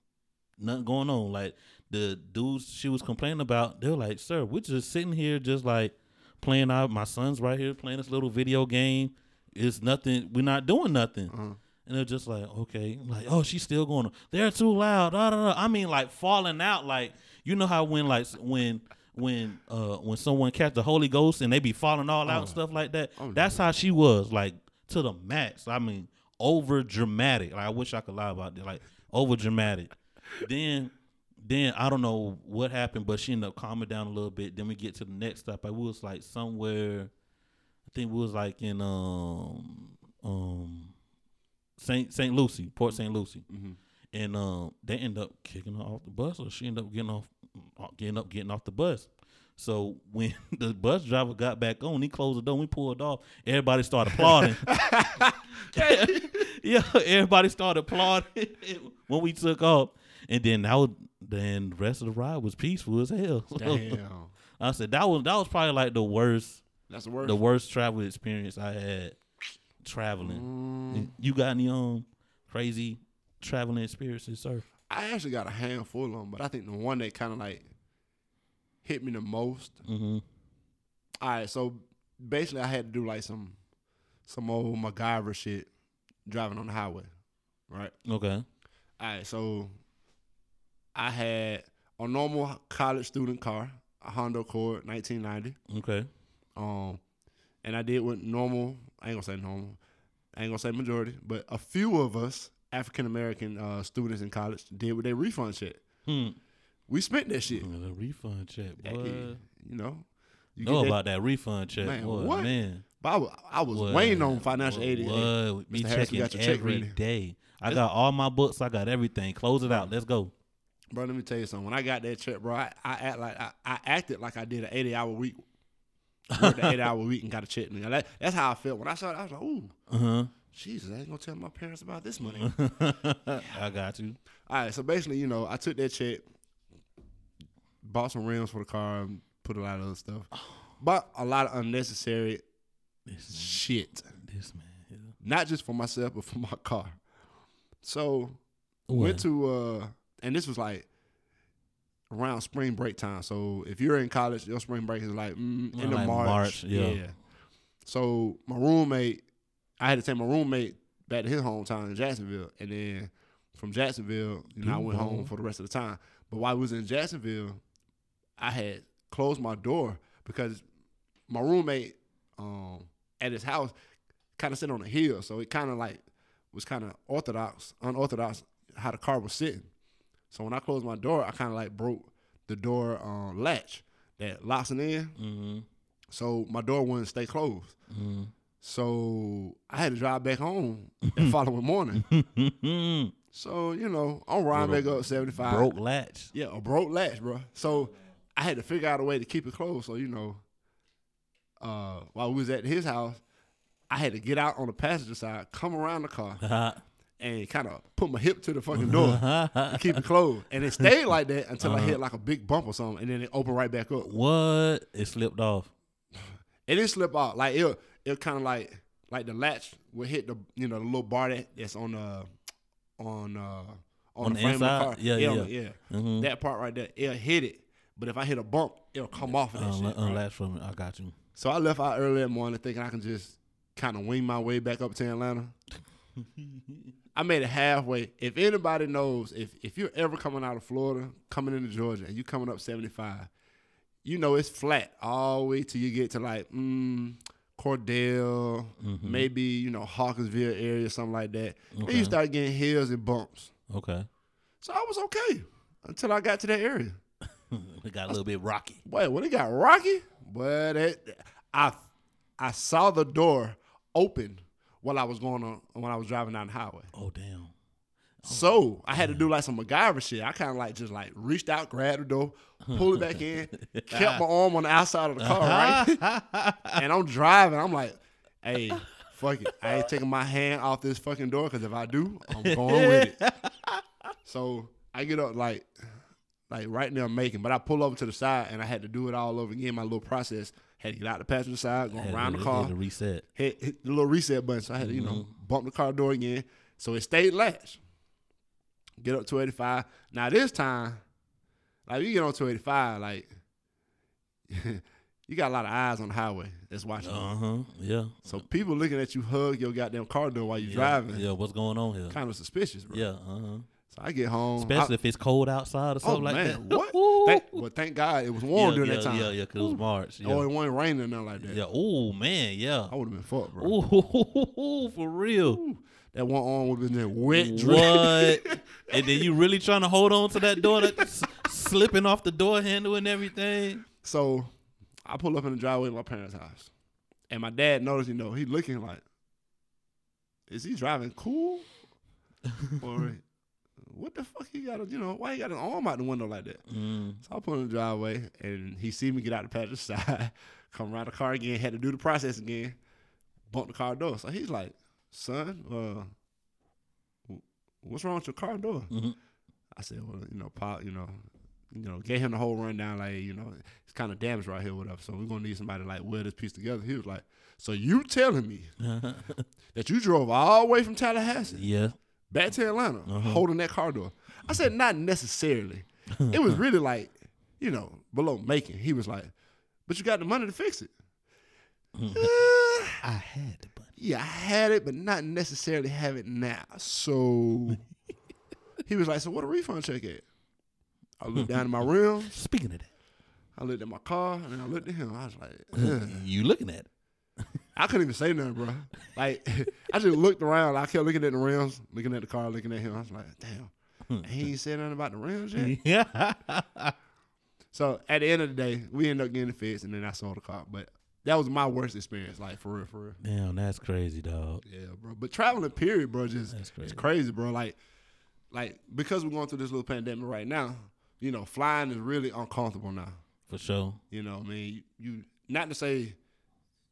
Speaker 2: nothing going on. Like the dudes she was complaining about, they were like, "Sir, we're just sitting here, just like playing out. My son's right here playing this little video game. It's nothing. We're not doing nothing." And they're just like, okay, like, oh, she's still going. on. They're too loud. Da, da, da. I mean, like falling out. Like you know how when like when when uh when someone catch the Holy Ghost and they be falling all out and stuff like that. That's how she was like to the max. I mean, over dramatic. Like I wish I could lie about that. Like over dramatic. then then I don't know what happened, but she ended up calming down a little bit. Then we get to the next stop. I was like somewhere. I think we was like in um um Saint Saint Lucie, Port Saint Lucie, and um they end up kicking her off the bus, or she end up getting off, getting up, getting off the bus. So [laughs] when the bus driver got back on, he closed the door. and We pulled off. Everybody started applauding.
Speaker 1: [laughs]
Speaker 2: [laughs] yeah, everybody started applauding when we took off. And then that was, then the rest of the ride was peaceful as hell. [laughs] So,
Speaker 1: Damn.
Speaker 2: I said that was that was probably like the worst
Speaker 1: That's the worst.
Speaker 2: the worst travel experience I had
Speaker 1: Mm,
Speaker 2: traveling. You got any um crazy traveling experiences, sir?
Speaker 1: I actually got a handful of them, but I think the one that kind of like hit me the most.
Speaker 2: Mm-hmm.
Speaker 1: All right, so basically, I had to do like some some old MacGyver shit driving on the highway, right?
Speaker 2: Okay.
Speaker 1: All right, so I had a normal college student car, a Honda Accord, 1990.
Speaker 2: Okay.
Speaker 1: Um, and I did what normal, I ain't gonna say normal, I ain't gonna say majority, but a few of us, African American uh, students in college, did with their refund shit.
Speaker 2: Hmm.
Speaker 1: We spent that shit.
Speaker 2: Yeah, the refund check,
Speaker 1: Hey,
Speaker 2: boy.
Speaker 1: you know, you
Speaker 2: know
Speaker 1: get that-
Speaker 2: about that refund check,
Speaker 1: Man,
Speaker 2: boy.
Speaker 1: what?
Speaker 2: Man,
Speaker 1: But I was, I was
Speaker 2: What?
Speaker 1: waiting on financial aid. today.
Speaker 2: What? Me
Speaker 1: Mr. Harris, we
Speaker 2: checking
Speaker 1: got your check
Speaker 2: every
Speaker 1: ready.
Speaker 2: day. I
Speaker 1: It's-
Speaker 2: got all my books. I got everything. Close it out. Let's go.
Speaker 1: Bro, let me tell you something. When I got that check, bro, I, I act like I, I acted like I did an eighty hour week. Worked an eight hour week and got a check. Nigga. That- that's how I felt. When I saw it, I was like, ooh, Uh-huh.
Speaker 2: Uh
Speaker 1: Jesus, I ain't gonna tell my parents about this
Speaker 2: [laughs]
Speaker 1: money.
Speaker 2: huh. [laughs] I got you.
Speaker 1: All right, so basically, you know, I took that check, bought some rims for the car, and put a lot of other stuff. Bought a lot of unnecessary
Speaker 2: This
Speaker 1: shit.
Speaker 2: man. This man. here.
Speaker 1: Not just for myself, but for my car. So
Speaker 2: What?
Speaker 1: went to uh and this was like around spring break time. So if you're in college, your spring break is like mm, end of
Speaker 2: Like
Speaker 1: March.
Speaker 2: March, yeah.
Speaker 1: So my roommate, I had to take my roommate back to his hometown in Jacksonville, and then from Jacksonville, you know, I went
Speaker 2: Duval.
Speaker 1: home for the rest of the time. But while I was in Jacksonville, I had closed my door because my roommate um, at his house kind of sit on a hill, so it kind of like was kind of orthodox, unorthodox how the car was sitting. So when I closed my door, I kind of like broke the door um, latch that locks it in.
Speaker 2: Mm-hmm.
Speaker 1: So my door wouldn't stay closed.
Speaker 2: Mm-hmm.
Speaker 1: So I had to drive back home the following morning. So you know, I'm riding back up 75.
Speaker 2: Mm-hmm. Broke latch. [laughs]
Speaker 1: Yeah, a broke latch, bro. So I had to figure out a way to keep it closed. So you know, uh, while we was at his house, I had to get out on the passenger side, come around the car, and kind of put my hip to the fucking
Speaker 2: [laughs]
Speaker 1: door. to keep it closed, and it stayed like that until I hit like a big bump or something, and then it opened right back up.
Speaker 2: what? It slipped off.
Speaker 1: It didn't slip out. Like it, it kind of like like the latch would hit the you know the little bar that, that's on the on uh on,
Speaker 2: On
Speaker 1: the,
Speaker 2: the
Speaker 1: frame
Speaker 2: inside?
Speaker 1: of the car.
Speaker 2: Yeah,
Speaker 1: on
Speaker 2: yeah.
Speaker 1: the- yeah.
Speaker 2: Mm-hmm.
Speaker 1: That part right there, it'll hit it. But if I hit a bump, it'll come off of
Speaker 2: Uh,
Speaker 1: that shit. right?
Speaker 2: Unlatched from it. I got you.
Speaker 1: So I left out early that morning thinking I can just kind of wing my way back up to Atlanta. I made it halfway. If anybody knows, if if you're ever coming out of Florida, coming into Georgia, and you coming up 75, you know it's flat all the way till you get to like mm, Cordell,
Speaker 2: Mhm.
Speaker 1: maybe you know Hawkinsville area, something like that. Then
Speaker 2: Okay.
Speaker 1: you start getting hills and bumps.
Speaker 2: Okay.
Speaker 1: So I was okay until I got to that area.
Speaker 2: it got a little bit rocky.
Speaker 1: Boy, when it got rocky, but it, I I saw the door open while I was going on when I was driving down the highway.
Speaker 2: Oh damn.
Speaker 1: So I had to do like some MacGyver shit. I kind of like just like reached out, grabbed the door, pulled it back
Speaker 2: [laughs]
Speaker 1: in, kept my arm on the outside of the car, right?
Speaker 2: [laughs]
Speaker 1: and I'm driving. I'm like, hey, fuck it. I ain't taking my hand off this fucking door because if I do, I'm going with
Speaker 2: [laughs]
Speaker 1: it. So I get up like, like right now I'm making, but I pull over to the side and I had to do it all over again. My little process had to get out the passenger side, go
Speaker 2: Had
Speaker 1: around
Speaker 2: to-
Speaker 1: the
Speaker 2: had
Speaker 1: car,
Speaker 2: to reset.
Speaker 1: hit, hit the little reset button. So I had to, you know,
Speaker 2: Mm-hmm.
Speaker 1: bump the car door again. So it stayed latched. Get up 285. Now this time, like you get on 285, like [laughs] you got a lot of eyes on the highway that's watching. you.
Speaker 2: Uh huh. Yeah.
Speaker 1: So people looking at you hug your goddamn car door while you're
Speaker 2: yeah.
Speaker 1: driving.
Speaker 2: Yeah. What's going on here?
Speaker 1: Kind of suspicious, bro.
Speaker 2: Yeah. Uh huh.
Speaker 1: So I get home. I-
Speaker 2: Especially if it's cold outside or
Speaker 1: oh
Speaker 2: something like
Speaker 1: man,
Speaker 2: that.
Speaker 1: what?
Speaker 2: [laughs]
Speaker 1: Thank, well, thank God it was warm
Speaker 2: yeah,
Speaker 1: during
Speaker 2: yeah,
Speaker 1: that time.
Speaker 2: Yeah. Yeah. Cause it was March. Yeah.
Speaker 1: Oh, it wasn't raining or nothing like that.
Speaker 2: yeah. Oh man. Yeah.
Speaker 1: I would have been fucked, bro.
Speaker 2: Ooh, [laughs] for real.
Speaker 1: That one arm would have been there wet, dripping.
Speaker 2: What?
Speaker 1: [laughs]
Speaker 2: and then you really trying to hold on to that door, that s- slipping off the door handle and everything.
Speaker 1: So I pull up in the driveway at my parents' house. And my dad noticed, you know, he looking like, is he driving cool? or what the fuck he got, a- you know, why he got an arm out the window like that?
Speaker 2: Mm.
Speaker 1: So I pull in the driveway and he see me get out the passenger side, [laughs] come around the car again, had to do the process again, bump the car door. So he's like, son, uh, wh- what's wrong with your car door?
Speaker 2: Mhm.
Speaker 1: I said, well, you know, pop, you know, you know, gave him the whole rundown. Like, you know, it's kind of damaged right here, whatever. So we're gonna need somebody to like wear this piece together. He was like, so you telling me that you drove all the way from Tallahassee
Speaker 2: [laughs] yeah.
Speaker 1: back to Atlanta holding that car door? I said, not necessarily. it was really like, you know, below making. He was like, but you got the money to fix it. Uh,
Speaker 2: I had the money.
Speaker 1: yeah, I had it, but not necessarily have it now. So he was like, so what a refund check at? I looked down at my rims.
Speaker 2: Speaking of that,
Speaker 1: I looked at my car and then I looked at him. I was like, "Ugh."
Speaker 2: [laughs] you looking at it?
Speaker 1: I couldn't even say nothing, bro. Like, [laughs] I just looked around. I kept looking at the rims, looking at the car, looking at him. I was like, damn, he ain't said nothing about the rims
Speaker 2: Mm-hmm.
Speaker 1: yet.
Speaker 2: Yeah.
Speaker 1: So at the end of the day, we ended up getting it fixed and then I sold the car. But that was my worst experience, like, for real, for real.
Speaker 2: [laughs] Damn, that's crazy, dog.
Speaker 1: Yeah, bro. But traveling, period, bro, just
Speaker 2: That's
Speaker 1: it's
Speaker 2: crazy.
Speaker 1: crazy, bro. Like, like because we're going through this little pandemic right now, you know, flying is really uncomfortable now.
Speaker 2: For sure.
Speaker 1: You know, what I mean, you, you not to say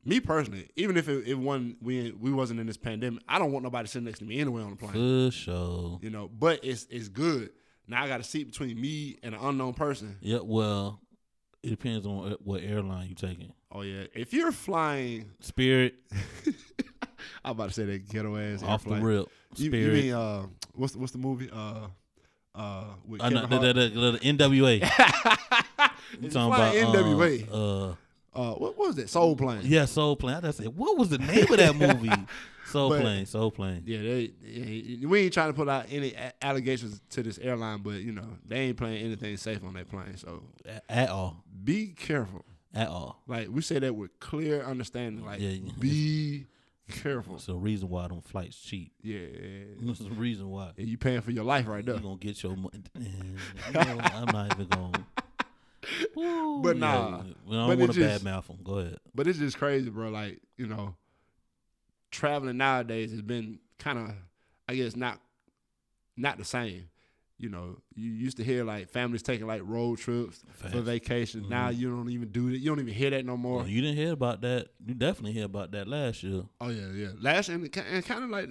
Speaker 1: me personally, even if it, it wasn't we we wasn't in this pandemic, I don't want nobody sitting next to me anyway on the plane.
Speaker 2: For sure.
Speaker 1: You know, but it's it's good. Now I got a seat between me and an unknown person.
Speaker 2: Yeah, well, it depends on uh, what airline you taking.
Speaker 1: Oh yeah, if you're flying, [laughs]
Speaker 2: Spirit,
Speaker 1: I'm about to say that ghetto ass
Speaker 2: off the
Speaker 1: airplane.
Speaker 2: rip.
Speaker 1: You,
Speaker 2: Spirit.
Speaker 1: you mean uh, what's the, what's the movie uh uh with
Speaker 2: Uh,
Speaker 1: Kevin
Speaker 2: no, the,
Speaker 1: Hart?
Speaker 2: the- the-
Speaker 1: [laughs]
Speaker 2: the NWA. You
Speaker 1: It's
Speaker 2: talking
Speaker 1: flying
Speaker 2: about uh,
Speaker 1: NWA.
Speaker 2: Uh,
Speaker 1: Uh, what, what was that? Soul Plane.
Speaker 2: yeah, Soul Plane. I just said, what was the name of
Speaker 1: [laughs]
Speaker 2: that movie? Soul
Speaker 1: But-
Speaker 2: Plane. Soul Plane.
Speaker 1: Yeah, they, yeah, we ain't trying to put out any a- allegations to this airline, but you know they ain't playing anything safe on that plane. So
Speaker 2: A- At all.
Speaker 1: be careful.
Speaker 2: At all.
Speaker 1: Like we say that with clear understanding. Like
Speaker 2: Yeah, yeah.
Speaker 1: be careful.
Speaker 2: It's the reason why them flights cheap. [laughs]
Speaker 1: Yeah,
Speaker 2: It's the reason why.
Speaker 1: you paying for your life right
Speaker 2: you
Speaker 1: there.
Speaker 2: gonna get your money. [laughs] I'm not even
Speaker 1: [laughs]
Speaker 2: gonna. Ooh,
Speaker 1: But
Speaker 2: yeah,
Speaker 1: nah,
Speaker 2: yeah. we don't
Speaker 1: but it
Speaker 2: want to
Speaker 1: just-
Speaker 2: bad mouth them. Go ahead.
Speaker 1: But it's just crazy, bro. Like you know, traveling nowadays has been kind of, I guess, not not the same. You know, you used to hear like families taking like road trips for
Speaker 2: Facts.
Speaker 1: vacations. Now you don't even do that. You don't even hear that no more.
Speaker 2: Well, you didn't hear about that. You definitely hear about that last year.
Speaker 1: Oh yeah, yeah. Last and, ki- and kind of like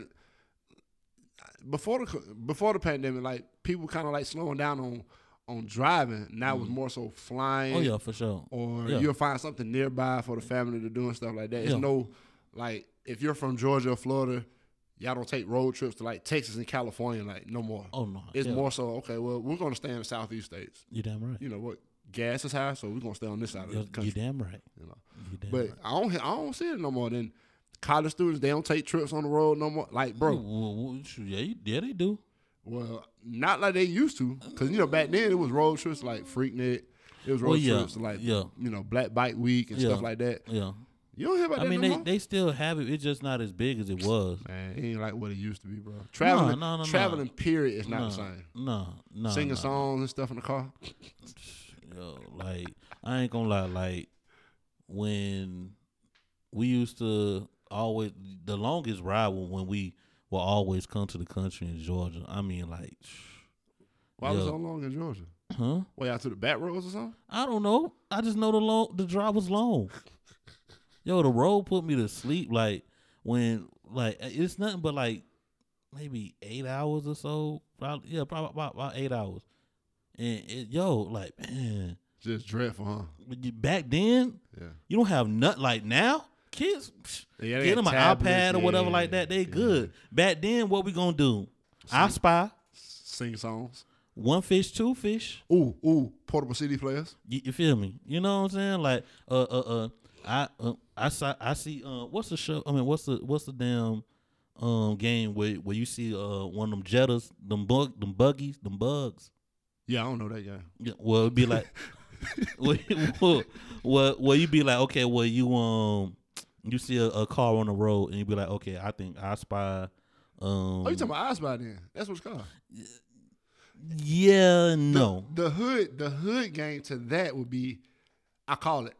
Speaker 1: before the co- before the pandemic, like people kind of like slowing down on on driving. Now it's more so flying,
Speaker 2: Mm-hmm. Oh yeah, for sure.
Speaker 1: or
Speaker 2: yeah.
Speaker 1: you'll find something nearby for the family to do and stuff like that. It's
Speaker 2: Yeah.
Speaker 1: no like if you're from Georgia or Florida, y'all don't take road trips to like Texas and California like no more.
Speaker 2: Oh no,
Speaker 1: it's
Speaker 2: yeah.
Speaker 1: more so okay. Well, we're gonna stay in the southeast states.
Speaker 2: You damn right.
Speaker 1: You know what? Gas is high, so we're gonna stay on this side of
Speaker 2: You're,
Speaker 1: the
Speaker 2: you
Speaker 1: country.
Speaker 2: damn right.
Speaker 1: You know.
Speaker 2: You damn
Speaker 1: But
Speaker 2: right.
Speaker 1: I don't I don't see it no more. Then college students they don't take trips on the road no more. Like bro,
Speaker 2: Well, well, shoot, yeah, you- yeah, they do.
Speaker 1: well, not like they used to, because you know back then it was road trips like Freaknik, it was road
Speaker 2: Well, Oh, yeah,
Speaker 1: trips like
Speaker 2: yeah.
Speaker 1: you know Black Bike Week and
Speaker 2: Yeah.
Speaker 1: stuff like that.
Speaker 2: Yeah,
Speaker 1: You don't hear about
Speaker 2: I
Speaker 1: that
Speaker 2: mean
Speaker 1: no
Speaker 2: they,
Speaker 1: more.
Speaker 2: they still have it. It's just not as big as it was.
Speaker 1: Man, it ain't like what it used to be, bro. Traveling,
Speaker 2: no, no, no.
Speaker 1: traveling period is not
Speaker 2: No,
Speaker 1: the same.
Speaker 2: no, no.
Speaker 1: Singing
Speaker 2: no.
Speaker 1: songs and stuff in the car.
Speaker 2: Yo, like I ain't gonna lie, like when we used to always the longest ride was when we will always come to the country in Georgia. I mean, like, [sniffs]
Speaker 1: Why was it
Speaker 2: Yeah.
Speaker 1: so long in Georgia?
Speaker 2: huh?
Speaker 1: Way out to the back roads or something?
Speaker 2: I don't know. I just know the long the drive was long. Yo, the road put me to sleep. Like when like it's nothing but like maybe eight hours or so. Probably yeah, probably about, about eight hours. And it, yo, like man,
Speaker 1: Just dreadful, huh?
Speaker 2: when you- back then
Speaker 1: Yeah.
Speaker 2: You don't have nut like now. Kids, psh,
Speaker 1: Yeah, they
Speaker 2: get
Speaker 1: got
Speaker 2: them an
Speaker 1: tablets,
Speaker 2: iPad or whatever
Speaker 1: yeah,
Speaker 2: like that. They
Speaker 1: yeah.
Speaker 2: good. Back then, what we gonna do? I spy
Speaker 1: Sing songs.
Speaker 2: one fish, two fish.
Speaker 1: Ooh, ooh, portable CD players.
Speaker 2: You, you feel me? You know what I'm saying? Like, uh, uh, uh, I, uh, I, saw, I see. Uh, what's the show? I mean, what's the, what's the damn, um, game where where you see uh one of them jettas, them bug, them buggies, them bugs.
Speaker 1: Yeah, I don't know that guy.
Speaker 2: Yeah, well, it'd
Speaker 1: [laughs]
Speaker 2: be like, well, well, well, well, you'd be like, okay, well, you um, you see a, a car on the road, and you'd be like, okay, I think I spy. Um,
Speaker 1: Oh, you talking about Eyes by then? That's what's called.
Speaker 2: yeah, no,
Speaker 1: The hood, the hood game to that would be, I call it.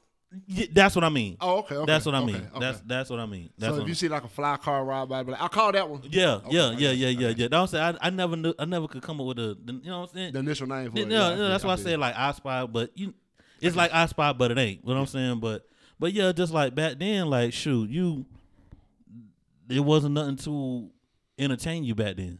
Speaker 2: Y- that's what I mean.
Speaker 1: Oh, okay. okay
Speaker 2: that's what I
Speaker 1: okay,
Speaker 2: mean.
Speaker 1: okay.
Speaker 2: That's that's what I mean.
Speaker 1: so
Speaker 2: That's what
Speaker 1: if
Speaker 2: I
Speaker 1: you
Speaker 2: mean.
Speaker 1: see like a fly car ride by, but I call that one
Speaker 2: yeah, oh, yeah,
Speaker 1: okay,
Speaker 2: yeah,
Speaker 1: okay,
Speaker 2: yeah, yeah,
Speaker 1: okay.
Speaker 2: yeah. That's what I'm saying. I, I never knew. I never could come up with a. the- You know what I'm saying?
Speaker 1: the initial name for
Speaker 2: Yeah,
Speaker 1: it.
Speaker 2: no,
Speaker 1: I
Speaker 2: no,
Speaker 1: feel-
Speaker 2: that's why I
Speaker 1: feel
Speaker 2: said like I spy, but you, it's like I spy, but it ain't. What I'm saying, but but yeah, just like back then, like shoot, you, it wasn't nothing to entertain you back then.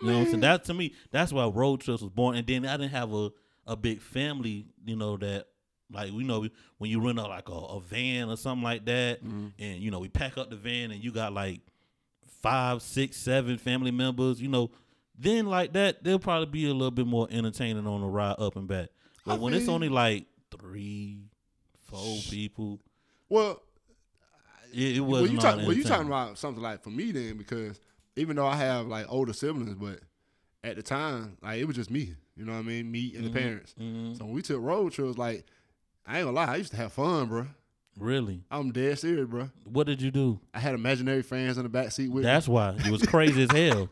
Speaker 2: You know what I'm saying? That to me, that's why road trips was born. And then I didn't have a, a big family, you know, that like we know when you rent out like a, a van or something like that, and you know, we pack up the van and you got like five, six, seven family members, you know, then like that, they'll probably be a little bit more entertaining on the ride up and back. But
Speaker 1: I
Speaker 2: when it's
Speaker 1: mean-
Speaker 2: only like three, four people,
Speaker 1: Well,
Speaker 2: it, it
Speaker 1: well,
Speaker 2: wasn't.
Speaker 1: you
Speaker 2: all
Speaker 1: talking well, you talking
Speaker 2: entertaining.
Speaker 1: about something like for me then because even though I have like older siblings, but at the time, like it was just me. You know what I mean? Me and the parents.
Speaker 2: Mhm.
Speaker 1: So when we took road trips, like I ain't gonna lie, I used to have fun, bro.
Speaker 2: Really?
Speaker 1: I'm dead serious, bro.
Speaker 2: What did you do?
Speaker 1: I had imaginary fans in the back seat with
Speaker 2: That's why it was crazy as hell.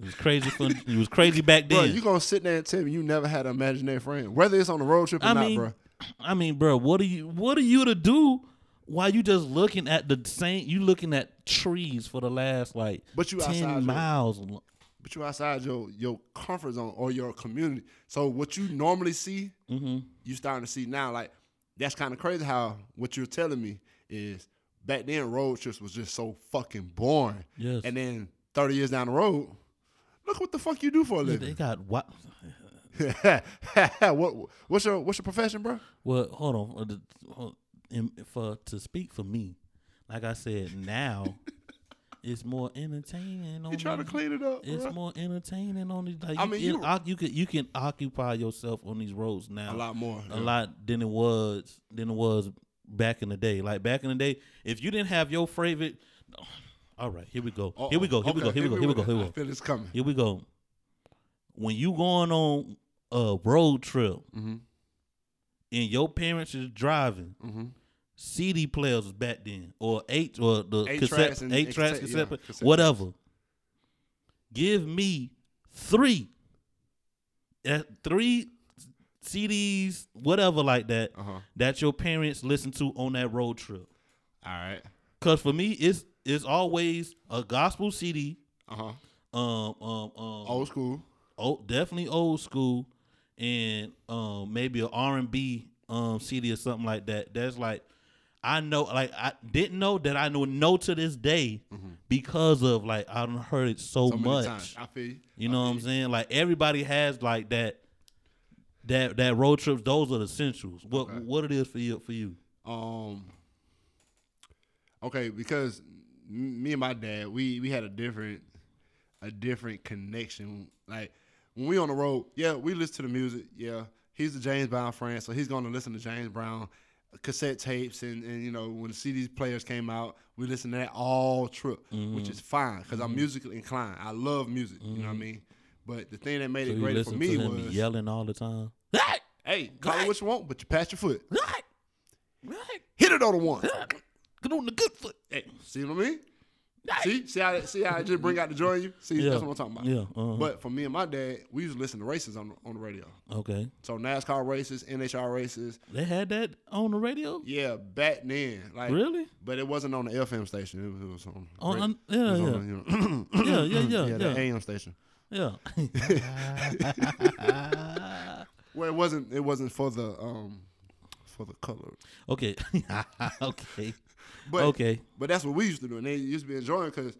Speaker 2: It was crazy for it was crazy back
Speaker 1: me. Bro,
Speaker 2: then.
Speaker 1: you gonna sit there and tell me you never had an imaginary friend, whether it's on a road trip or
Speaker 2: I
Speaker 1: not,
Speaker 2: mean,
Speaker 1: bro.
Speaker 2: I mean, bro, what are you what are you to do while you just looking at the same you looking at trees for the last like
Speaker 1: But you outside your-
Speaker 2: ten miles. lo-
Speaker 1: But you outside your your comfort zone or your community. So what you normally see,
Speaker 2: Mm-hmm.
Speaker 1: you starting to see now. Like that's kind of crazy how what you're telling me is back then road trips was just so fucking boring.
Speaker 2: Yes.
Speaker 1: And then 30 years down the road, look what the fuck you do for a
Speaker 2: They
Speaker 1: living.
Speaker 2: got what?
Speaker 1: [laughs] what what's your what's your profession, bro?
Speaker 2: Well, hold on. uh, the- hold- in- For to speak for me, like I said,
Speaker 1: [laughs]
Speaker 2: now it's more entertaining. On
Speaker 1: You trying to
Speaker 2: these-
Speaker 1: clean it up,
Speaker 2: Oh, It's
Speaker 1: bro?
Speaker 2: more entertaining on these. Like
Speaker 1: I
Speaker 2: you,
Speaker 1: mean,
Speaker 2: it-
Speaker 1: you-
Speaker 2: oc- you can you can occupy yourself on these roads now
Speaker 1: a lot more.
Speaker 2: a lot than it was than it was back in the day. Like back in the day, if you didn't have your favorite, [sighs] all right, here we go, here we go, here we go, here we go, here we go, here we
Speaker 1: I
Speaker 2: go,
Speaker 1: feel it's coming.
Speaker 2: here we go. When you going on a road trip
Speaker 1: Mhm.
Speaker 2: and your parents is driving,
Speaker 1: Mhm.
Speaker 2: CD players was back then, or eight or the
Speaker 1: Eight tracks
Speaker 2: cassette,
Speaker 1: and-
Speaker 2: eight tracks,
Speaker 1: cassette,
Speaker 2: cassette,
Speaker 1: yeah,
Speaker 2: pla-
Speaker 1: cassette
Speaker 2: whatever. Give me three, eh, three CDs, whatever like that,
Speaker 1: Uh-huh. All
Speaker 2: that your parents listen to on that road trip.
Speaker 1: right.
Speaker 2: Cause for me, it's it's always a gospel CD,
Speaker 1: Uh-huh.
Speaker 2: um, um, um,
Speaker 1: Old school.
Speaker 2: old, definitely old school, and um, maybe an R and B um CD or something like that. That's like I know, like I didn't know that I know no to this day because of like I done heard it so,
Speaker 1: Mm-hmm. So many
Speaker 2: much.
Speaker 1: times. I feel you.
Speaker 2: You know what I'm saying? Like everybody has like that, that that road trips. Those are the essentials. What what it is for you for you?
Speaker 1: Um. Okay, because m- me and my dad, we we had a different, a different connection. Like when we on the road, yeah, we listen to the music. Yeah, he's a James Brown fan, so he's gonna listen to James Brown cassette tapes and, and you know when the CDs players came out, we listened to that all trip, which
Speaker 2: Mm-hmm.
Speaker 1: is fine because I'm musically inclined. I love music. You know what I mean? But the thing that made
Speaker 2: So
Speaker 1: it
Speaker 2: you
Speaker 1: great
Speaker 2: listen
Speaker 1: for me
Speaker 2: to him
Speaker 1: was,
Speaker 2: yelling all the time.
Speaker 1: hey, call it what you want, but you pass your foot.
Speaker 2: Right, right.
Speaker 1: Hit it on the one.
Speaker 2: [laughs] Get on the good foot.
Speaker 1: See what I mean? See, see how see how I just bring out the joy in you. See,
Speaker 2: Yeah.
Speaker 1: that's what I'm talking about.
Speaker 2: Yeah. uh-huh.
Speaker 1: But for me and my dad, we used to listen to races on the, on the radio.
Speaker 2: okay.
Speaker 1: So NASCAR races, NHR races.
Speaker 2: They had that on the radio.
Speaker 1: Yeah, back then, like
Speaker 2: Really?
Speaker 1: But it wasn't on the FM station. It was, it was on.
Speaker 2: On,
Speaker 1: ra-
Speaker 2: on-
Speaker 1: it
Speaker 2: yeah,
Speaker 1: was
Speaker 2: yeah.
Speaker 1: on, you know,
Speaker 2: [coughs] yeah, yeah, yeah,
Speaker 1: Mm-hmm. yeah,
Speaker 2: yeah,
Speaker 1: the AM station.
Speaker 2: yeah. [laughs]
Speaker 1: Well, it wasn't. It wasn't for the um, for the color.
Speaker 2: okay, [laughs] okay,
Speaker 1: But
Speaker 2: okay.
Speaker 1: But that's what we used to do, and they used to be enjoying because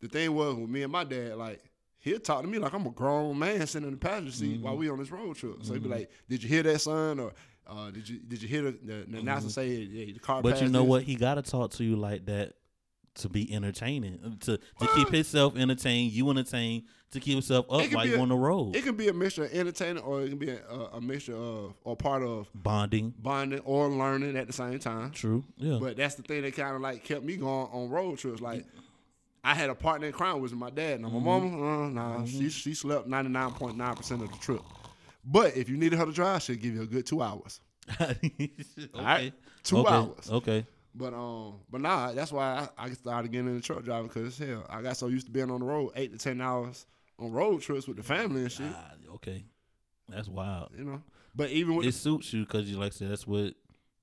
Speaker 1: the thing was with me and my dad, like he'll talk to me like I'm a grown man sitting in the passenger seat
Speaker 2: Mm-hmm.
Speaker 1: while we on this road trip. So he'd be like, "Did you hear that, son?" or uh, "Did you did you hear the, the, the announcer say hey, the car?"
Speaker 2: Mm-hmm. But you
Speaker 1: passed
Speaker 2: know
Speaker 1: this?"
Speaker 2: what? He gotta talk to you like that to be entertaining, uh, to to keep himself entertained, you entertained, to keep himself up
Speaker 1: could
Speaker 2: while
Speaker 1: be
Speaker 2: you
Speaker 1: a-
Speaker 2: on the road,
Speaker 1: It can be a mixture of entertaining, or it can be a, a, a mixture of or part of
Speaker 2: bonding.
Speaker 1: bonding or learning at the same time.
Speaker 2: True. Yeah.
Speaker 1: But that's the thing that kind of like kept me going on road trips. Like I had a partner in crime with my dad. Now my
Speaker 2: Mm-hmm.
Speaker 1: mama, uh, nah, she she slept ninety nine point nine percent of the trip. But if you needed her to drive, she'd give you a good two hours.
Speaker 2: [laughs] okay.
Speaker 1: right. Two
Speaker 2: okay. Oh.
Speaker 1: hours.
Speaker 2: Okay.
Speaker 1: But um, but nah, that's why I, I started getting into truck driving because hell, I got so used to being on the road eight to ten hours on road trips with the family and shit.
Speaker 2: Ah, okay. That's wild.
Speaker 1: You know. But even with
Speaker 2: It suits you because you like I said that's what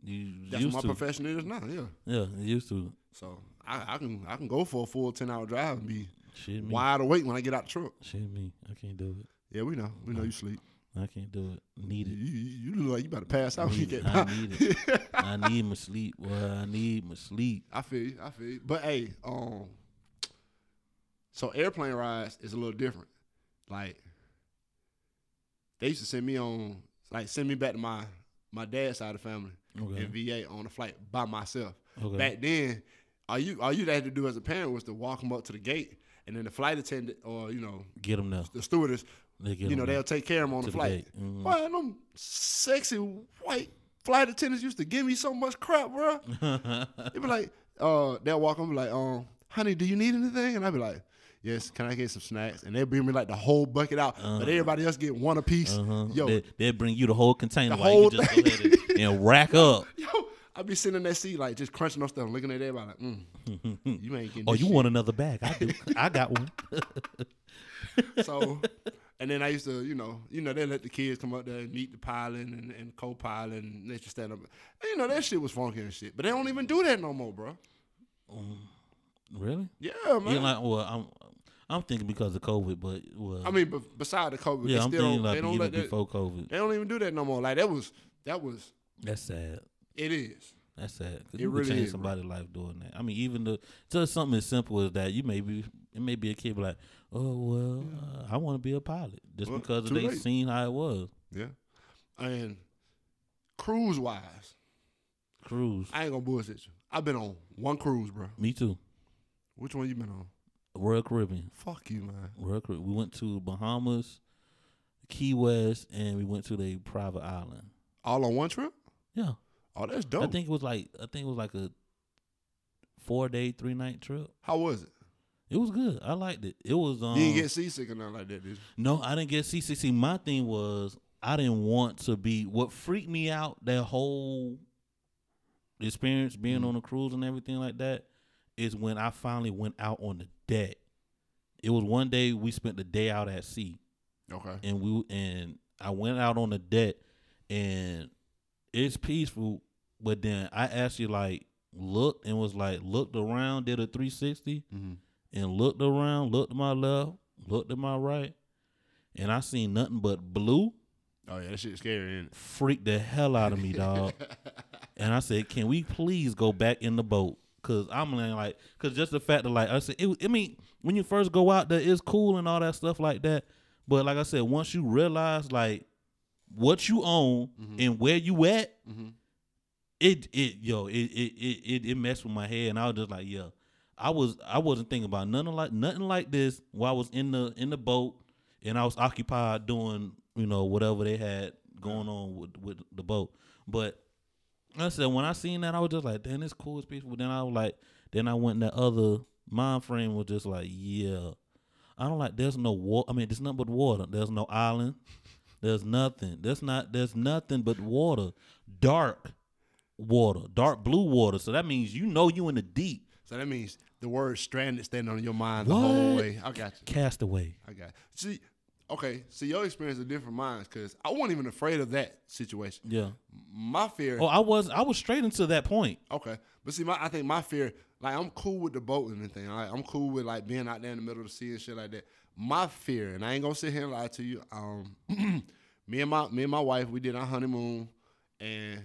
Speaker 2: you
Speaker 1: that's what
Speaker 2: used
Speaker 1: my
Speaker 2: to.
Speaker 1: profession is now, yeah.
Speaker 2: yeah, you used to.
Speaker 1: So I, I can I can go for a full ten hour drive and be
Speaker 2: Shit me.
Speaker 1: wide awake when I get out the truck.
Speaker 2: Shit me. I can't do it.
Speaker 1: Yeah, we know, we know you sleep.
Speaker 2: I can't do it. Need
Speaker 1: You,
Speaker 2: it.
Speaker 1: you you look like you about to pass out. when [laughs] you
Speaker 2: Need
Speaker 1: get
Speaker 2: it.
Speaker 1: back.
Speaker 2: I need it.
Speaker 1: [laughs]
Speaker 2: I need my sleep. Boy. I need my sleep.
Speaker 1: I feel you. I feel you. But hey, um, so airplane rides is a little different like they used to send me on like send me back to my my dad's side of the family
Speaker 2: Okay.
Speaker 1: in VA on a flight by myself.
Speaker 2: Okay.
Speaker 1: Back then, all you all you had to do as a parent was to walk them up to the gate, and then the flight attendant or you know
Speaker 2: Get them now.
Speaker 1: the stewardess,
Speaker 2: They get
Speaker 1: you know
Speaker 2: them now.
Speaker 1: they'll take care of them on
Speaker 2: To
Speaker 1: the
Speaker 2: the
Speaker 1: flight.
Speaker 2: gate. Mhm.
Speaker 1: Boy, them sexy white flight attendants used to give me so much crap, bro.
Speaker 2: [laughs]
Speaker 1: They be like, uh, they'll walk up and be like, um, honey, do you need anything? And I'd be like, yes, can I get some snacks? And they bring me like the whole bucket out, but everybody else get one apiece.
Speaker 2: Uh-huh.
Speaker 1: Yo,
Speaker 2: they, they bring you the whole container
Speaker 1: The
Speaker 2: while
Speaker 1: whole
Speaker 2: you just go ahead and, and rack up.
Speaker 1: [laughs] yo, I be sitting in that seat like just crunching on stuff, looking at everybody like, mm,
Speaker 2: [laughs]
Speaker 1: you ain't getting.
Speaker 2: Oh,
Speaker 1: this
Speaker 2: you
Speaker 1: shit.
Speaker 2: want another bag? I
Speaker 1: [laughs]
Speaker 2: do. I got one.
Speaker 1: So, and then I used to, you know, you know, they let the kids come up there and meet the pilot and, and co-pilot and let you stand up. And, you know, that shit was funky and shit, but they don't even do that no more, bro.
Speaker 2: Really?
Speaker 1: Yeah,
Speaker 2: Yeah,
Speaker 1: man.
Speaker 2: like well, I'm I'm thinking because of COVID, but well,
Speaker 1: I mean, but beside the COVID,
Speaker 2: yeah,
Speaker 1: they
Speaker 2: I'm
Speaker 1: still
Speaker 2: thinking E
Speaker 1: don't,
Speaker 2: like
Speaker 1: they don't
Speaker 2: even
Speaker 1: let that,
Speaker 2: before COVID.
Speaker 1: they don't even do that no more. Like that was that was
Speaker 2: That's sad.
Speaker 1: it is.
Speaker 2: That's sad. 'Cause
Speaker 1: It
Speaker 2: you
Speaker 1: really
Speaker 2: can change
Speaker 1: is, bro.
Speaker 2: somebody's life doing that. I mean, even the just something as simple as that, you may be it may be a kid be like, oh well, uh, I want to be a pilot just
Speaker 1: Well,
Speaker 2: because
Speaker 1: too
Speaker 2: they
Speaker 1: late.
Speaker 2: seen how it was.
Speaker 1: Yeah. And cruise wise,
Speaker 2: Cruise.
Speaker 1: I ain't gonna bullshit you. I've been on one cruise, bro.
Speaker 2: Me too.
Speaker 1: Which one you been on?
Speaker 2: Royal Caribbean.
Speaker 1: Fuck you, man.
Speaker 2: Royal Caribbean. We went to Bahamas, Key West, and we went to the private island.
Speaker 1: All on one trip?
Speaker 2: Yeah,
Speaker 1: Oh, that's
Speaker 2: I
Speaker 1: dope.
Speaker 2: think it was like I think it was like a four day, three night trip.
Speaker 1: How was it?
Speaker 2: It was good. I liked it. It was um
Speaker 1: You didn't get seasick or nothing like that, did you?
Speaker 2: no, I didn't get CCC. My thing was I didn't want to be what freaked me out that whole experience being on a cruise and everything like that is when I finally went out on the deck. It was one day we spent the day out at sea
Speaker 1: Okay.
Speaker 2: and we and I went out on the deck and it's peaceful, but then I actually like looked and was like looked around, did a three sixty
Speaker 1: Mhm.
Speaker 2: and looked around, looked to my left, looked to my right, and I seen nothing but blue.
Speaker 1: Oh yeah, that shit's scary, ain't it?
Speaker 2: Freaked the hell out of
Speaker 1: [laughs]
Speaker 2: me, dog. and I said, "Can we please go back in the boat?" Cause I'm like- like, cause just the fact that like I said, it, I mean, when you first go out there, it's cool and all that stuff like that. But like I said, once you realize like what you own
Speaker 1: Mm-hmm,
Speaker 2: and where you at,
Speaker 1: Mhm.
Speaker 2: it it yo it it it it, it messed with my head, and I was just like, yeah, I was I wasn't thinking about nothing like nothing like this while I was in the in the boat and I was occupied doing you know whatever they had going on with with the boat, but. I said when I seen that, I was just like, "Damn, it's cool, it's peaceful." Then I was like, then I went in that other mind frame was just like, "Yeah, I don't like. There's no water. I mean, there's nothing but water. There's no island. There's nothing. There's not. There's nothing but water. Dark water. Dark blue water. So that means you know you in the deep.
Speaker 1: So that means the word stranded standing on your mind the whole
Speaker 2: What?
Speaker 1: way. I got you.
Speaker 2: Castaway.
Speaker 1: I got you. See, okay, so your experience is different from mine because I wasn't even afraid of that situation.
Speaker 2: Yeah.
Speaker 1: My fear
Speaker 2: Oh, I was. I was straight into that point.
Speaker 1: Okay, but see, my I think my fear, like I'm cool with the boat and everything. Like, I'm cool with like being out there in the middle of the sea and shit like that. My fear, and I ain't gonna sit here and lie to you. Um, [clears throat] me and my me and my wife, we did our honeymoon, and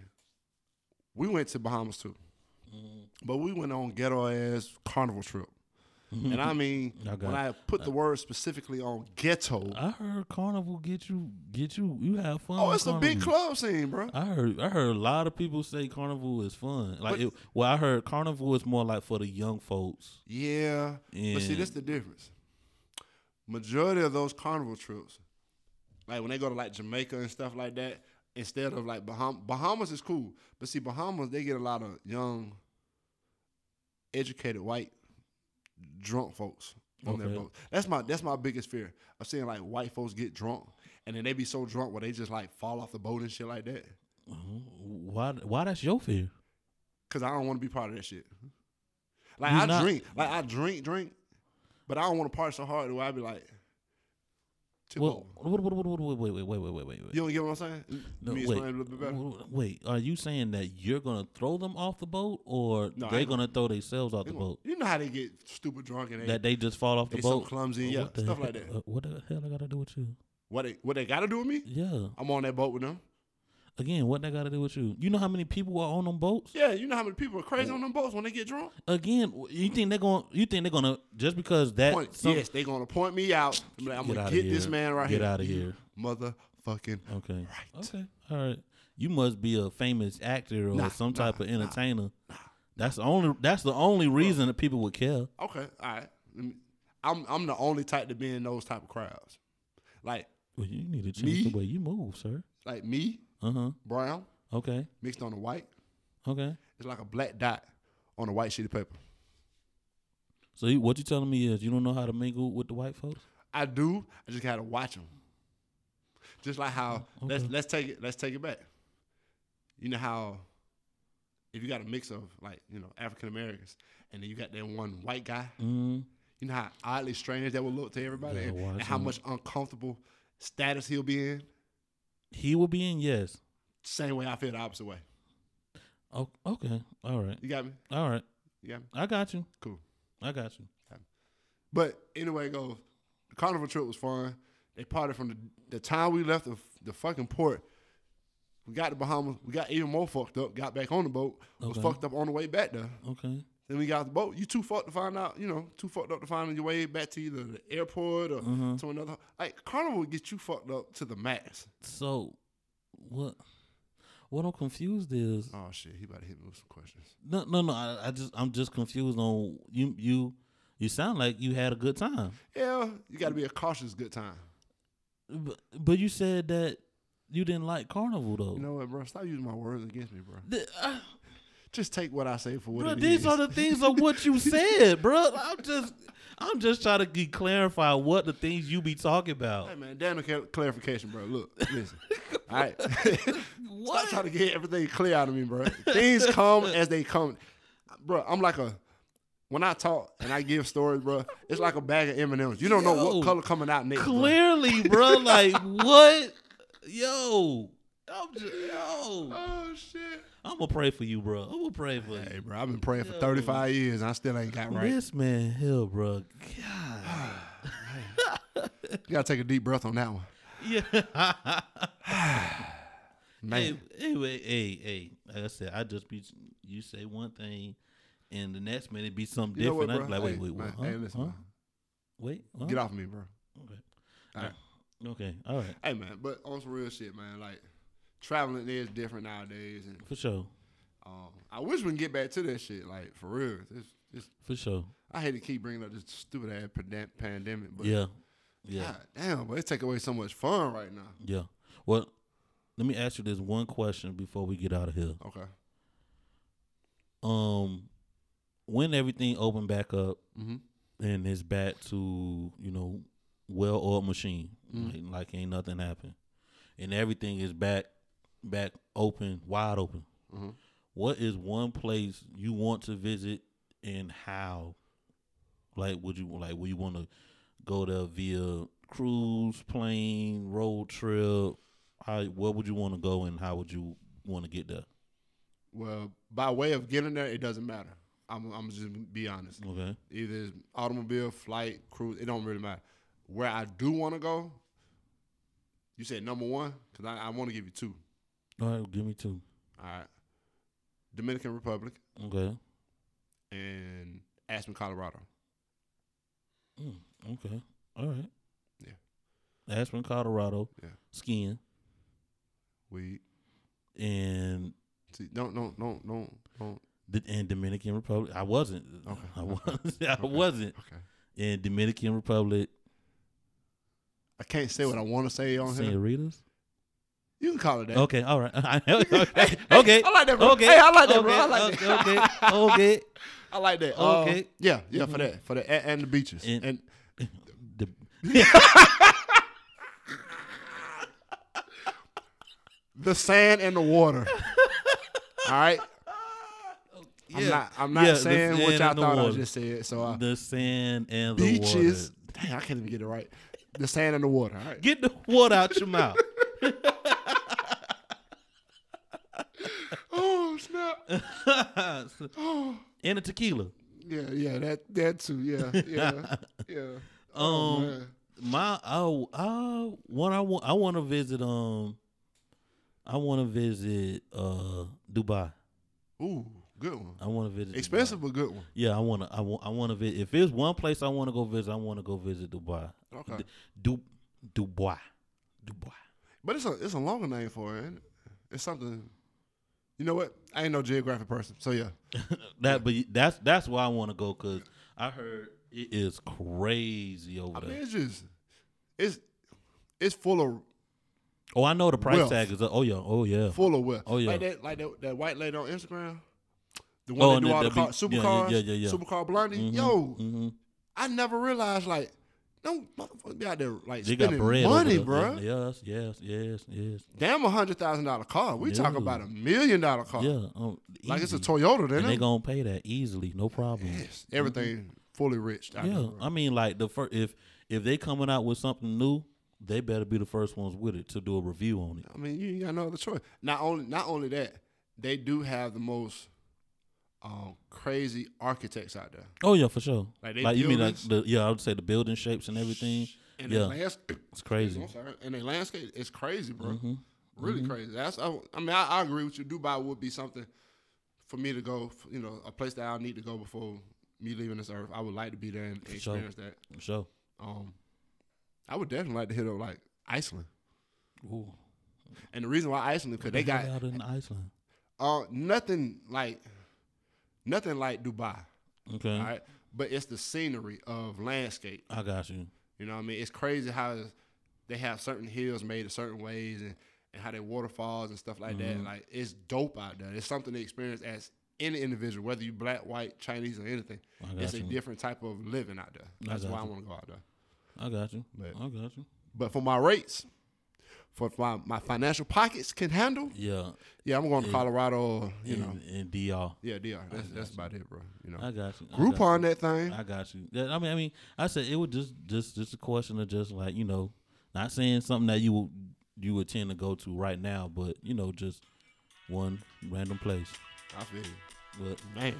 Speaker 1: we went to Bahamas too.
Speaker 2: Mm-hmm.
Speaker 1: But we went on ghetto ass carnival trip, and I mean,
Speaker 2: Mm-hmm. [laughs] I got-
Speaker 1: when I put the word specifically on ghetto,
Speaker 2: I heard Carnival get you. Get you. You have fun.
Speaker 1: oh,
Speaker 2: with
Speaker 1: it's a big
Speaker 2: Carnival.
Speaker 1: club scene, bro.
Speaker 2: I heard I heard a lot of people say carnival is fun. Like
Speaker 1: But-
Speaker 2: it, well, I heard carnival is more like for the young folks.
Speaker 1: Yeah. But see,
Speaker 2: And-
Speaker 1: this the difference. Majority of those carnival trips, like when they go to like Jamaica and stuff like that, instead of like Baham- Bahamas is cool. But see, Bahamas, they get a lot of young, educated white, drunk folks on their
Speaker 2: Okay.
Speaker 1: boat. That's my that's my biggest fear of seeing like white folks get drunk and then they be so drunk where they just like fall off the boat and shit like that.
Speaker 2: Why why that's your fear?
Speaker 1: Cause I don't want to be part of that shit. Like
Speaker 2: You
Speaker 1: I
Speaker 2: not-
Speaker 1: drink, like I drink, drink, but I don't want to party so hard where I be like, tip
Speaker 2: Well,
Speaker 1: over.
Speaker 2: wait, wait, wait, wait, wait, wait, wait, wait, wait,
Speaker 1: You
Speaker 2: wait.
Speaker 1: don't get what I'm saying? Let Me
Speaker 2: No, wait,
Speaker 1: explain it a little bit better.
Speaker 2: w- wait, are you saying that you're gonna throw them off the boat, or
Speaker 1: No, I
Speaker 2: they're
Speaker 1: ain't
Speaker 2: gonna throw themselves off
Speaker 1: They
Speaker 2: the
Speaker 1: gonna-
Speaker 2: boat?
Speaker 1: You know how they get stupid drunk and they,
Speaker 2: That they just fall off the
Speaker 1: they so
Speaker 2: boat,
Speaker 1: clumsy,
Speaker 2: Uh,
Speaker 1: yeah,
Speaker 2: what the
Speaker 1: stuff
Speaker 2: hell-
Speaker 1: like that.
Speaker 2: uh, What the hell I gotta do with you?
Speaker 1: what they what they gotta do with me?
Speaker 2: Yeah,
Speaker 1: I'm on that boat with them.
Speaker 2: Again, what that got to do with you? You know how many people are on them boats?
Speaker 1: Yeah, you know how many people are crazy on them boats when they get drunk?
Speaker 2: Again, w- you think they're going? to You think they're going to just because that?
Speaker 1: Point.
Speaker 2: some-
Speaker 1: yes, they gonna point me out. I'm gonna
Speaker 2: Get
Speaker 1: get,
Speaker 2: outta
Speaker 1: this
Speaker 2: here.
Speaker 1: man right
Speaker 2: Get
Speaker 1: here.
Speaker 2: outta
Speaker 1: You
Speaker 2: here.
Speaker 1: Motherfucking
Speaker 2: Okay.
Speaker 1: Right.
Speaker 2: Okay. All right. You must be a famous actor or
Speaker 1: Nah,
Speaker 2: some
Speaker 1: nah,
Speaker 2: type of entertainer. That's the only. That's the only reason that people would care.
Speaker 1: Okay, all right. Let me- I'm I'm the only type to be in those type of crowds. Like
Speaker 2: Well, you need to change
Speaker 1: Me?
Speaker 2: the way you move, sir.
Speaker 1: like me,
Speaker 2: Uh huh.
Speaker 1: brown,
Speaker 2: Okay.
Speaker 1: mixed on the white.
Speaker 2: Okay.
Speaker 1: It's like a black dot on a white sheet of paper.
Speaker 2: So you, what you telling me is you don't know how to mingle with the white folks?
Speaker 1: I do. I just gotta watch them. Just like how let's let's take it let's take it back. You know how if you got a mix of like you know African Americans and then you got that one white guy,
Speaker 2: Mm.
Speaker 1: you know how oddly strange that would look to everybody,
Speaker 2: Gotta
Speaker 1: and,
Speaker 2: watch
Speaker 1: and how
Speaker 2: him.
Speaker 1: much uncomfortable status he'll be in.
Speaker 2: He will be in. Yes.
Speaker 1: Same way I feel the opposite way.
Speaker 2: Oh, okay. All right.
Speaker 1: You got me.
Speaker 2: All right.
Speaker 1: You got me.
Speaker 2: I got you.
Speaker 1: Cool.
Speaker 2: I got you.
Speaker 1: But anyway, it goes. The carnival trip was fun. They parted from the, the time we left the, the fucking port. We got to Bahamas. We got even more fucked up. Got back on the boat. Was
Speaker 2: Okay.
Speaker 1: fucked up on the way back there.
Speaker 2: Okay.
Speaker 1: Then we got off the boat. You too fucked to find out. You know, too fucked up to find your way back to either the airport
Speaker 2: Mm-hmm.
Speaker 1: or to another. Like carnival gets you fucked up to the max.
Speaker 2: So, what? What I'm confused is
Speaker 1: Oh shit, he about to hit me with some questions.
Speaker 2: no, no, no. I, I just I'm just confused on you. You you sound like you had a good time,
Speaker 1: Yeah, you got to be a cautious good time.
Speaker 2: but, but you said that you didn't like carnival though.
Speaker 1: You know what, bro? Stop using my words against me, bro.
Speaker 2: Th- uh,
Speaker 1: Just take what I say for what
Speaker 2: bro,
Speaker 1: it
Speaker 2: these
Speaker 1: is.
Speaker 2: are the things of what
Speaker 1: [laughs]
Speaker 2: you said, bro. I'm just I'm just trying to get clarify what the things you be talking about.
Speaker 1: Hey man, Daniel, cal- clarification, bro.
Speaker 2: [laughs]
Speaker 1: Look, listen. All right, stop
Speaker 2: What?
Speaker 1: trying to get everything clear out of me, bro. Things come as they come, bro. I'm like a when I talk and I give stories, bro. It's like a bag of M and M's. You don't know
Speaker 2: Yo,
Speaker 1: what color coming out next. bro.
Speaker 2: Clearly, bro. Like what? Yo, I'm just yo.
Speaker 1: Oh shit.
Speaker 2: I'm gonna pray for you, bro. I'm gonna pray for
Speaker 1: Hey,
Speaker 2: you.
Speaker 1: bro. I've been praying for 35 years. and I still ain't got right. Ah.
Speaker 2: This man Hill, bro. God.
Speaker 1: You gotta take a deep breath on that one,
Speaker 2: Yeah. [laughs]
Speaker 1: man.
Speaker 2: hey, anyway, hey, hey. Like I said, I just be you say one thing, and the next minute be something
Speaker 1: you know
Speaker 2: different.
Speaker 1: what, bro?
Speaker 2: I be
Speaker 1: Hey,
Speaker 2: like, wait, wait,
Speaker 1: man,
Speaker 2: what? Huh?
Speaker 1: Hey, listen,
Speaker 2: Huh?
Speaker 1: man.
Speaker 2: Wait. Huh?
Speaker 1: get off me, bro.
Speaker 2: Okay.
Speaker 1: All right.
Speaker 2: okay. All right.
Speaker 1: Hey, man. But on some real shit, man. Like traveling is different nowadays, and
Speaker 2: For sure.
Speaker 1: Um, I wish we can get back to that shit, like for real. It's, it's,
Speaker 2: For sure.
Speaker 1: I hate to keep bringing up this stupid ass pandem- pandemic, but
Speaker 2: yeah. Yeah.
Speaker 1: God damn, but it take away so much fun right now.
Speaker 2: Yeah. Well, let me ask you this one question before we get out of here.
Speaker 1: Okay,
Speaker 2: Um, when everything opened back up,
Speaker 1: mm-hmm.
Speaker 2: and it's back to you know well oiled machine like, like ain't nothing happened and everything is back back open wide open
Speaker 1: Mhm.
Speaker 2: What is one place you want to visit and how like would you like would you want to go there via cruise plane road trip how where would you want to go and how would you want to get there
Speaker 1: well, by way of getting there, it doesn't matter. I'm, I'm just gonna be honest.
Speaker 2: okay
Speaker 1: Either it's automobile, flight, cruise, it don't really matter. Where I do want to go, you said number one, because I, I want to give you two.
Speaker 2: all right give me two
Speaker 1: All right, Dominican Republic
Speaker 2: okay
Speaker 1: and Aspen, Colorado.
Speaker 2: Mm, okay. All right.
Speaker 1: Yeah.
Speaker 2: Aspen, Colorado.
Speaker 1: Yeah.
Speaker 2: Skiing
Speaker 1: We
Speaker 2: and
Speaker 1: see, don't don't don't don't don't
Speaker 2: the and Dominican Republic. I wasn't.
Speaker 1: Okay,
Speaker 2: I
Speaker 1: okay,
Speaker 2: wasn't. [laughs] I wasn't
Speaker 1: Okay.
Speaker 2: in Dominican Republic.
Speaker 1: I can't say what I want to say on here.
Speaker 2: Senoritas.
Speaker 1: You can call it that. [laughs]
Speaker 2: Okay. All right. [laughs] okay. Okay.
Speaker 1: I like that, bro.
Speaker 2: Okay.
Speaker 1: Hey, I like that, bro.
Speaker 2: okay,
Speaker 1: I like
Speaker 2: okay,
Speaker 1: that. [laughs]
Speaker 2: Okay. okay.
Speaker 1: I like that. Uh,
Speaker 2: Okay. Mm-hmm.
Speaker 1: yeah, yeah, for that, for that, and, and the beaches,
Speaker 2: And-
Speaker 1: and,
Speaker 2: The,
Speaker 1: the sand and the
Speaker 2: [laughs]
Speaker 1: water. All right. I'm not. I'm not
Speaker 2: Yeah, the
Speaker 1: saying what
Speaker 2: sand
Speaker 1: y'all
Speaker 2: and the
Speaker 1: thought I
Speaker 2: water.
Speaker 1: just said. So uh,
Speaker 2: the sand and the
Speaker 1: beaches.
Speaker 2: water.
Speaker 1: Dang, I can't even get it right. The sand and the water. All right.
Speaker 2: Get the water out your mouth.
Speaker 1: [laughs]
Speaker 2: [laughs]
Speaker 1: Oh
Speaker 2: [laughs]
Speaker 1: snap.
Speaker 2: and a tequila.
Speaker 1: Yeah, yeah. That that too. Yeah,
Speaker 2: [laughs]
Speaker 1: yeah, yeah. Oh,
Speaker 2: Um,
Speaker 1: man.
Speaker 2: my I, I what I want I want to visit um I want to visit uh Dubai.
Speaker 1: Ooh, good one.
Speaker 2: I want to visit Dubai.
Speaker 1: Expensive but good one.
Speaker 2: Yeah, I want to. I want. I want to visit. If there's one place I want to go visit, I want to go visit Dubai.
Speaker 1: Okay,
Speaker 2: Du Dubai, Dubai.
Speaker 1: but it's a it's a longer name for it. ain't it? It's something. You know what? I ain't no geographic person, so yeah.
Speaker 2: That, but that's that's why I want to go because I heard it is crazy over
Speaker 1: I
Speaker 2: there.
Speaker 1: mean, it's just it's it's full of
Speaker 2: oh, I know the price
Speaker 1: wealth.
Speaker 2: tag is. Up. Oh yeah, oh yeah.
Speaker 1: full of wealth.
Speaker 2: Oh, yeah.
Speaker 1: like that like that, that white lady on Instagram, the one
Speaker 2: Oh,
Speaker 1: that
Speaker 2: and
Speaker 1: do
Speaker 2: the-
Speaker 1: all the,
Speaker 2: the
Speaker 1: car,
Speaker 2: big- yeah,
Speaker 1: supercars,
Speaker 2: yeah, yeah, yeah.
Speaker 1: supercar blondie.
Speaker 2: Mhm,
Speaker 1: Yo,
Speaker 2: mhm.
Speaker 1: I never realized like don't motherfuckers be out there like
Speaker 2: They got
Speaker 1: spending
Speaker 2: bread, over
Speaker 1: money,
Speaker 2: there.
Speaker 1: bro.
Speaker 2: Yes, yes, yes, yes.
Speaker 1: Damn, a hundred thousand dollar car. We talking
Speaker 2: Yeah.
Speaker 1: about a million dollar car.
Speaker 2: Yeah, um,
Speaker 1: Uh, Like it's a
Speaker 2: easy.
Speaker 1: Toyota, then
Speaker 2: and
Speaker 1: they
Speaker 2: they gonna pay that easily, no problem.
Speaker 1: yes, everything fully rich. out
Speaker 2: Yeah,
Speaker 1: there, bro.
Speaker 2: I mean, like the first if if they coming out with something new, they better be the first ones with it to do a review on it.
Speaker 1: I mean, you ain't got no other choice. Not only not only that, they do have the most um, crazy architects out there.
Speaker 2: Oh yeah, for sure.
Speaker 1: Like,
Speaker 2: Like,
Speaker 1: they
Speaker 2: you mean like
Speaker 1: buildings-
Speaker 2: the yeah, I would say the building shapes and everything.
Speaker 1: And
Speaker 2: Yeah.
Speaker 1: their landscape,
Speaker 2: It's crazy.
Speaker 1: I'm sorry, and their landscape is crazy, bro.
Speaker 2: Mm-hmm.
Speaker 1: Really crazy. That's I, I mean, I, I agree with you. Dubai would be something for me to go. f- You know, a place that I need to go before me leaving this earth. I would like to be there and
Speaker 2: sure.
Speaker 1: experience that.
Speaker 2: For sure.
Speaker 1: Um, I would definitely like to hit up like Iceland.
Speaker 2: Ooh.
Speaker 1: And the reason why Iceland because they got
Speaker 2: out in Iceland.
Speaker 1: uh, nothing like nothing like Dubai.
Speaker 2: Okay.
Speaker 1: All right, but it's the scenery of landscape.
Speaker 2: I got you.
Speaker 1: You know, what I mean, it's crazy how they have certain hills made in certain ways, and, and how they waterfalls and stuff like
Speaker 2: Mm-hmm.
Speaker 1: that. Like it's dope out there. It's something to experience as any individual, whether you black, white, Chinese, or anything.
Speaker 2: I got
Speaker 1: It's a
Speaker 2: you.
Speaker 1: different type of living out there. That's
Speaker 2: got
Speaker 1: why I
Speaker 2: you.
Speaker 1: want to go out there.
Speaker 2: I got you.
Speaker 1: But-
Speaker 2: I got you.
Speaker 1: But for my rates, for my my financial pockets can handle,
Speaker 2: Yeah.
Speaker 1: yeah, I'm going to Colorado. Or, you
Speaker 2: and,
Speaker 1: know,
Speaker 2: and DR.
Speaker 1: yeah, DR. That's that's about it, bro. You know,
Speaker 2: I got you. I got
Speaker 1: Groupon that thing.
Speaker 2: I got you. Yeah, I mean, I mean, I said it was just, just, just a question of just like you know, not saying something that you would- you would tend to go to right now, but you know, just one random place.
Speaker 1: I feel you.
Speaker 2: But
Speaker 1: Man,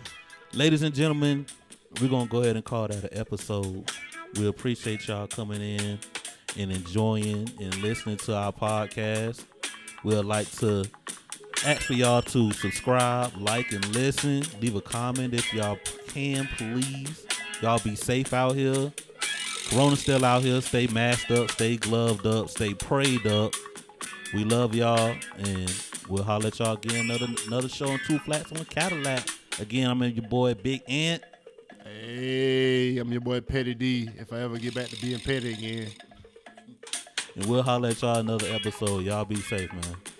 Speaker 2: ladies and gentlemen, we're gonna go ahead and call that an episode. We appreciate y'all coming in and enjoying and listening to our podcast. We'd like to ask for y'all to subscribe, like, and listen. Leave a comment if y'all can, please. Y'all be safe out here. Corona still out here. Stay masked up, stay gloved up, stay prayed up. We love y'all, and we'll holler at y'all again. Another another show on Two Flats on Cadillac. Again, I'm your boy Big Ant.
Speaker 1: hey, I'm your boy Petty D. If I ever get back to being petty again.
Speaker 2: And we'll holler at y'all another episode. Y'all be safe, man.